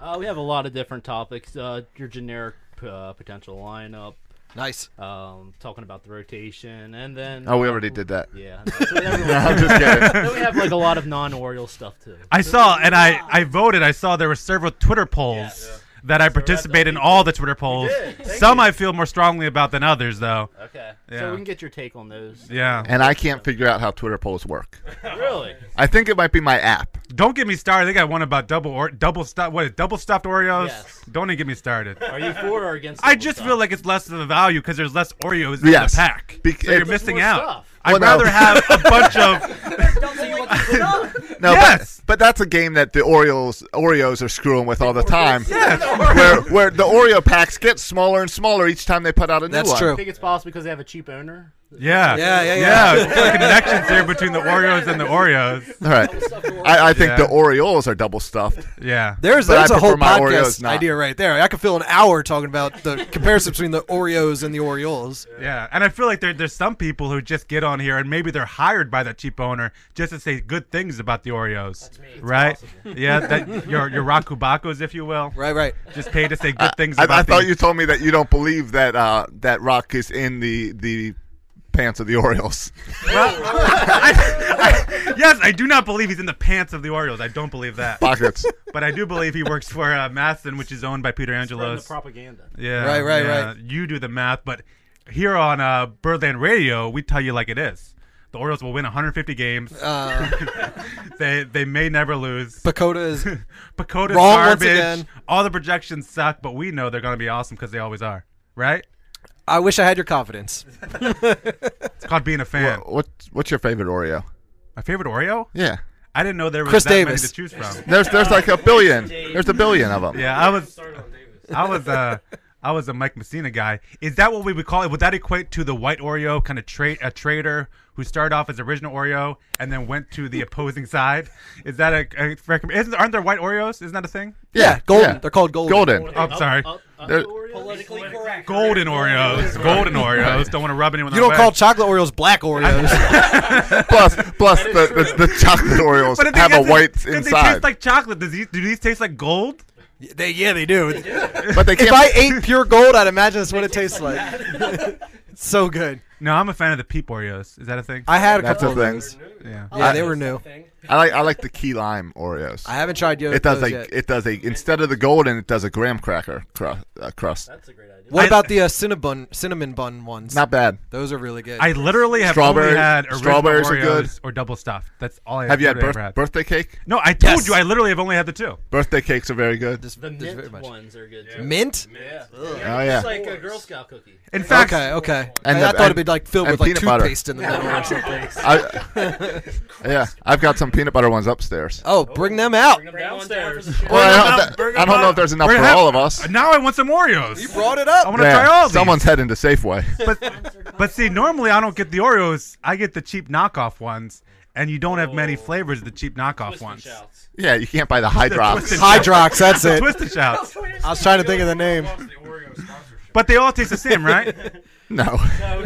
Speaker 7: Uh, we have a lot of different topics. Uh, your generic uh, potential lineup,
Speaker 4: Nice.
Speaker 2: um, talking about the rotation, and then
Speaker 1: Oh, we already did that.
Speaker 2: yeah. So then everyone-
Speaker 1: I'm just kidding.
Speaker 2: then we have like a lot of non-Oriole stuff too.
Speaker 3: I saw, and I, I voted. I saw there were several Twitter polls
Speaker 2: Yeah.
Speaker 3: that I participate in all the Twitter polls.
Speaker 2: did. Thank
Speaker 3: Some
Speaker 2: you.
Speaker 3: I feel more strongly about than others, though.
Speaker 2: Okay,
Speaker 3: Yeah.
Speaker 2: so we can get your take on those.
Speaker 3: Yeah.
Speaker 1: And I can't figure out how Twitter polls work.
Speaker 2: Really?
Speaker 1: I think it might be my app.
Speaker 3: Don't get me started. I think I one about double or double stuff. What is it, double stuffed Oreos?
Speaker 2: Yes.
Speaker 3: Don't even get me started.
Speaker 2: Are you for or against?
Speaker 3: I
Speaker 2: double
Speaker 3: just
Speaker 2: stuff?
Speaker 3: feel like it's less of a value because there's less Oreos in
Speaker 1: Yes.
Speaker 3: the pack.
Speaker 1: Bec-
Speaker 3: so you're
Speaker 1: it's-
Speaker 3: missing
Speaker 2: More
Speaker 3: out.
Speaker 2: stuff.
Speaker 3: I'd
Speaker 1: Well, no.
Speaker 3: rather have a bunch of.
Speaker 1: No,
Speaker 3: Yes.
Speaker 1: but, but that's a game that the Orioles Oreos are screwing with all the time.
Speaker 3: Yes.
Speaker 1: Where where the Oreo packs get smaller and smaller each time they put out a new
Speaker 4: That's
Speaker 1: one.
Speaker 2: I
Speaker 4: true.
Speaker 2: think it's possible because they have a cheap owner.
Speaker 3: Yeah.
Speaker 4: Yeah, yeah,
Speaker 3: Yeah.
Speaker 4: yeah.
Speaker 3: there's some connections here between the Oreos and the Oreos.
Speaker 1: All right. I, I think
Speaker 3: Yeah.
Speaker 1: the Orioles are double stuffed.
Speaker 3: Yeah.
Speaker 4: There's
Speaker 1: But
Speaker 4: there's
Speaker 1: I
Speaker 4: a whole
Speaker 1: prefer my Oreos
Speaker 4: podcast
Speaker 1: not.
Speaker 4: idea right there. I could fill an hour talking about the comparison between the Oreos and the Orioles.
Speaker 3: Yeah, and I feel like there, there's some people who just get on here and maybe they're hired by that cheap owner just to say good things about the Oreos, right? Yeah, that your your rakubakos, if you will,
Speaker 4: Right, right.
Speaker 3: just paid to say good things
Speaker 1: I,
Speaker 3: about.
Speaker 1: I thought
Speaker 3: the,
Speaker 1: you told me that you don't believe that uh, that rock is in the the pants of the Orioles.
Speaker 3: Yes, I do not believe he's in the pants of the Oreos. I don't believe that,
Speaker 1: Pockets.
Speaker 3: but I do believe he works for uh, Maston, which is owned by Peter
Speaker 2: Spreading the
Speaker 3: Angelos.
Speaker 2: propaganda.
Speaker 3: Yeah,
Speaker 4: Right, right,
Speaker 3: yeah.
Speaker 4: right.
Speaker 3: You do the math, but here on uh, Birdland Radio, we tell you like it is. The Orioles will win 150 games.
Speaker 4: Uh,
Speaker 3: they they may never lose.
Speaker 4: Pacoda is
Speaker 3: Pakoda's
Speaker 4: Wrong once
Speaker 3: garbage.
Speaker 4: again.
Speaker 3: All the projections suck, but we know they're going to be awesome because they always are. Right?
Speaker 4: I wish I had your confidence.
Speaker 3: It's called being a fan.
Speaker 1: what what's your favorite Oreo?
Speaker 3: My favorite Oreo?
Speaker 1: Yeah.
Speaker 3: I didn't know there was
Speaker 4: Chris
Speaker 3: that
Speaker 4: Davis.
Speaker 3: many to choose from.
Speaker 1: There's there's like a billion. There's a billion of them.
Speaker 3: Yeah, I was, I was, uh, I was a Mike Messina guy. Is that what we would call it? Would that equate to the white Oreo kind of trade a trader who started off as original Oreo and then went to the opposing side? Is that a, a recomm- isn't, aren't there white Oreos? Isn't that a thing?
Speaker 4: Yeah, golden. They're called golden.
Speaker 1: Golden.
Speaker 3: Oh, I'm sorry,
Speaker 2: Up, up
Speaker 1: There-
Speaker 2: the Oreos?
Speaker 3: golden Oreos, golden Oreos. Don't want to rub anyone.
Speaker 4: You
Speaker 3: the
Speaker 4: don't
Speaker 3: way.
Speaker 4: call chocolate Oreos black Oreos.
Speaker 1: Plus plus the, the, the chocolate Orioles
Speaker 3: But the thing
Speaker 1: have a
Speaker 3: is, is-
Speaker 1: white
Speaker 3: if They
Speaker 1: inside.
Speaker 3: taste like chocolate. Does these, do these taste like gold?
Speaker 4: they, yeah, they do.
Speaker 1: but they
Speaker 4: If
Speaker 1: can't
Speaker 4: I ate pure gold, I'd imagine that's what it tastes like. It's so good.
Speaker 3: No, I'm a fan of the peep Oreos. Is that a thing?
Speaker 4: I had a
Speaker 1: That's
Speaker 4: couple
Speaker 1: a
Speaker 4: of
Speaker 1: thing.
Speaker 4: those.
Speaker 3: yeah.
Speaker 4: Yeah, they were new.
Speaker 1: I like I like the key lime Oreos.
Speaker 4: I haven't tried yours.
Speaker 1: It does
Speaker 4: those
Speaker 1: a
Speaker 4: yet.
Speaker 1: it does a instead of the golden it does a graham cracker crust. Uh, crust.
Speaker 2: That's a great idea.
Speaker 4: What
Speaker 3: I-
Speaker 4: about the uh, cinnamon cinnamon bun ones?
Speaker 1: Not bad.
Speaker 4: Those are really good.
Speaker 3: I literally have
Speaker 1: Strawberry-
Speaker 3: only had original
Speaker 1: strawberries are
Speaker 3: Oreos
Speaker 1: good.
Speaker 3: or double stuffed. That's all I
Speaker 1: Have you had,
Speaker 3: literally
Speaker 1: birth,
Speaker 3: ever had.
Speaker 1: birthday cake?
Speaker 3: No, I told
Speaker 4: Yes.
Speaker 3: you I literally have only had the two.
Speaker 1: Birthday cakes are very good.
Speaker 4: Just-
Speaker 2: The
Speaker 4: just very
Speaker 2: mint
Speaker 4: much.
Speaker 2: ones are good too.
Speaker 4: Mint?
Speaker 2: Yeah.
Speaker 1: Oh yeah.
Speaker 2: It's like a Girl Scout cookie.
Speaker 3: In fact,
Speaker 4: Okay, okay.
Speaker 1: And
Speaker 4: I,
Speaker 1: the-
Speaker 4: I thought
Speaker 1: and-
Speaker 4: it'd be like filled
Speaker 1: and
Speaker 4: with like
Speaker 1: peanut butter.
Speaker 4: toothpaste in the middle or something.
Speaker 1: I, yeah, I've got some peanut butter ones upstairs.
Speaker 4: Oh, bring them out.
Speaker 2: Bring them downstairs.
Speaker 1: well, I don't,
Speaker 3: up, bring
Speaker 1: I don't
Speaker 3: them
Speaker 1: know
Speaker 3: up.
Speaker 1: if there's enough
Speaker 3: We're
Speaker 1: for
Speaker 3: gonna have-
Speaker 1: all of us.
Speaker 3: uh, now I want some Oreos.
Speaker 4: You brought it
Speaker 3: I
Speaker 4: up.
Speaker 3: want to try all these.
Speaker 1: someone's heading to Safeway.
Speaker 3: But, but see, normally I don't get the Oreos. I get the cheap knockoff ones, and you don't have many flavors of the cheap knockoff ones.
Speaker 2: Shouts.
Speaker 1: yeah, you can't buy the high drops.
Speaker 3: twisted-
Speaker 4: Hydrox, that's it.
Speaker 3: Twisted shouts.
Speaker 4: I was trying to think of the name.
Speaker 3: But they all taste the same, right?
Speaker 1: No, no,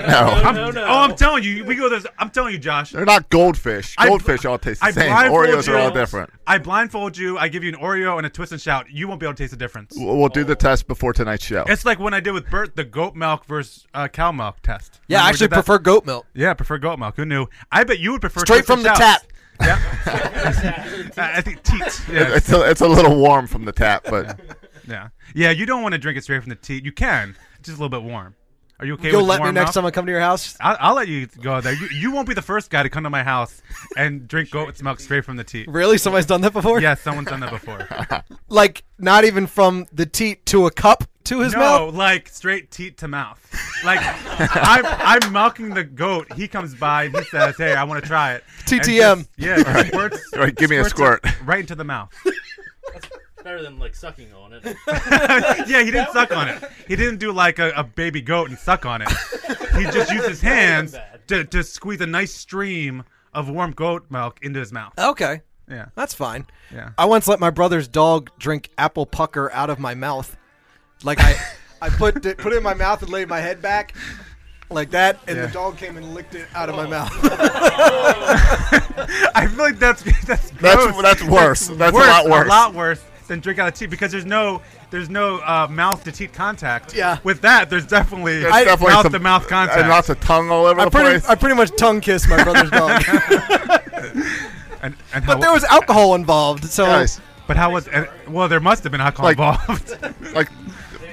Speaker 3: I'm, Oh, I'm telling you, we go. There's, I'm telling you, Josh.
Speaker 1: they're not goldfish.
Speaker 3: I-
Speaker 1: Goldfish all taste the
Speaker 3: I
Speaker 1: same.
Speaker 3: blindfold
Speaker 1: Oreos are all
Speaker 3: you.
Speaker 1: different.
Speaker 3: I blindfold you. I give you an Oreo and a twist and shout. You won't be able to taste the difference.
Speaker 1: We'll we'll do the test before tonight's show.
Speaker 3: It's like when I did with Bert the goat milk versus uh, cow milk test.
Speaker 4: Yeah, I
Speaker 3: Remember we
Speaker 4: actually
Speaker 3: did that?
Speaker 4: prefer goat milk.
Speaker 3: Yeah, I prefer goat milk. Who knew? I bet you would prefer
Speaker 4: Straight from
Speaker 3: Twisted
Speaker 4: the
Speaker 3: Shouts.
Speaker 4: tap.
Speaker 3: Yeah, I I think teats. Yeah,
Speaker 1: It's a, it's a little warm from the tap, but
Speaker 3: yeah, yeah. You don't want to drink it straight from the teat. You can, it's just a little bit warm. Are you okay?
Speaker 4: You'll
Speaker 3: with
Speaker 4: let me
Speaker 3: warm
Speaker 4: next
Speaker 3: milk?
Speaker 4: time I come to your house.
Speaker 3: I'll, I'll let you go there. You, you won't be the first guy to come to my house and drink goat's milk straight from the teat.
Speaker 4: Really? Somebody's done that before?
Speaker 3: Yeah, someone's done that before.
Speaker 4: Like not even from the teat to a cup to his
Speaker 3: No,
Speaker 4: mouth.
Speaker 3: like straight teat to mouth. Like I'm, I'm milking the goat. He comes by and he says, "Hey, I want to try it." And
Speaker 4: TTM.
Speaker 3: just- yeah, squirts,
Speaker 1: All right, give me a
Speaker 3: squirts
Speaker 1: squirt.
Speaker 3: it right into the mouth.
Speaker 2: Better than like sucking on it.
Speaker 3: yeah, he didn't suck on it. He didn't do like a, a baby goat and suck on it. He just used his hands
Speaker 2: bad.
Speaker 3: to, to squeeze a nice stream of warm goat milk into his mouth.
Speaker 4: Okay.
Speaker 3: Yeah.
Speaker 4: That's fine.
Speaker 3: Yeah.
Speaker 4: I once let my brother's dog drink apple pucker out of my mouth. Like I, I put it, put it in my mouth and laid my head back, like that, and
Speaker 3: Yeah. Oh.
Speaker 4: the dog came and licked it out of my mouth.
Speaker 3: I feel like that's that's gross.
Speaker 1: that's that's worse. That's a lot worse.
Speaker 3: A lot worse than drink out of tea because there's no there's no uh, mouth to teeth contact.
Speaker 4: Yeah.
Speaker 3: With that, there's definitely
Speaker 1: There's definitely
Speaker 3: mouth
Speaker 1: some-
Speaker 3: to mouth contact.
Speaker 1: and lots of tongue all over
Speaker 4: I
Speaker 1: the
Speaker 4: pretty,
Speaker 1: place.
Speaker 4: I pretty much tongue kissed my brother's dog.
Speaker 3: And- and how-
Speaker 4: but there was alcohol involved, so
Speaker 1: Guys,
Speaker 3: But how was? and- well, there must have been alcohol
Speaker 1: Like-
Speaker 3: involved.
Speaker 1: like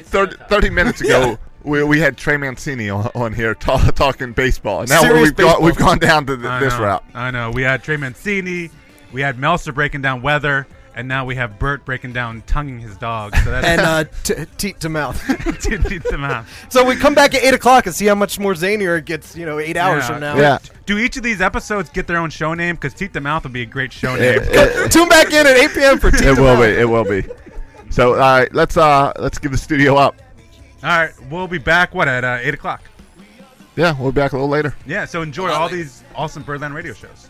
Speaker 1: 30, 30 minutes ago, we, we had Trey Mancini on, on here ta- talking baseball. Now
Speaker 4: Serious
Speaker 1: we've
Speaker 4: baseball.
Speaker 1: gone we've gone down to th-
Speaker 3: I
Speaker 1: this
Speaker 3: know,
Speaker 1: route.
Speaker 3: I know. We had Trey Mancini. We had Melser breaking down weather, and now we have Bert breaking down tonguing his dog. So that's
Speaker 4: and uh, t- teat to mouth.
Speaker 3: Teeth to mouth.
Speaker 4: so we come back at eight o'clock and see how much more zanier it gets. You know, eight hours
Speaker 3: Yeah.
Speaker 4: from now.
Speaker 1: Yeah.
Speaker 3: Do each of these episodes get their own show name? Because Teeth to Mouth would be a great show name.
Speaker 1: It- it-
Speaker 4: Tune back in at eight p.m. for teat
Speaker 1: it
Speaker 4: to
Speaker 1: will
Speaker 4: mouth.
Speaker 1: be. It will be. So all right, let's uh let's give the studio up.
Speaker 3: All right, we'll be back. What at uh, eight o'clock?
Speaker 1: Yeah, we'll be back a little later.
Speaker 3: Yeah. So enjoy all these awesome Birdland radio shows.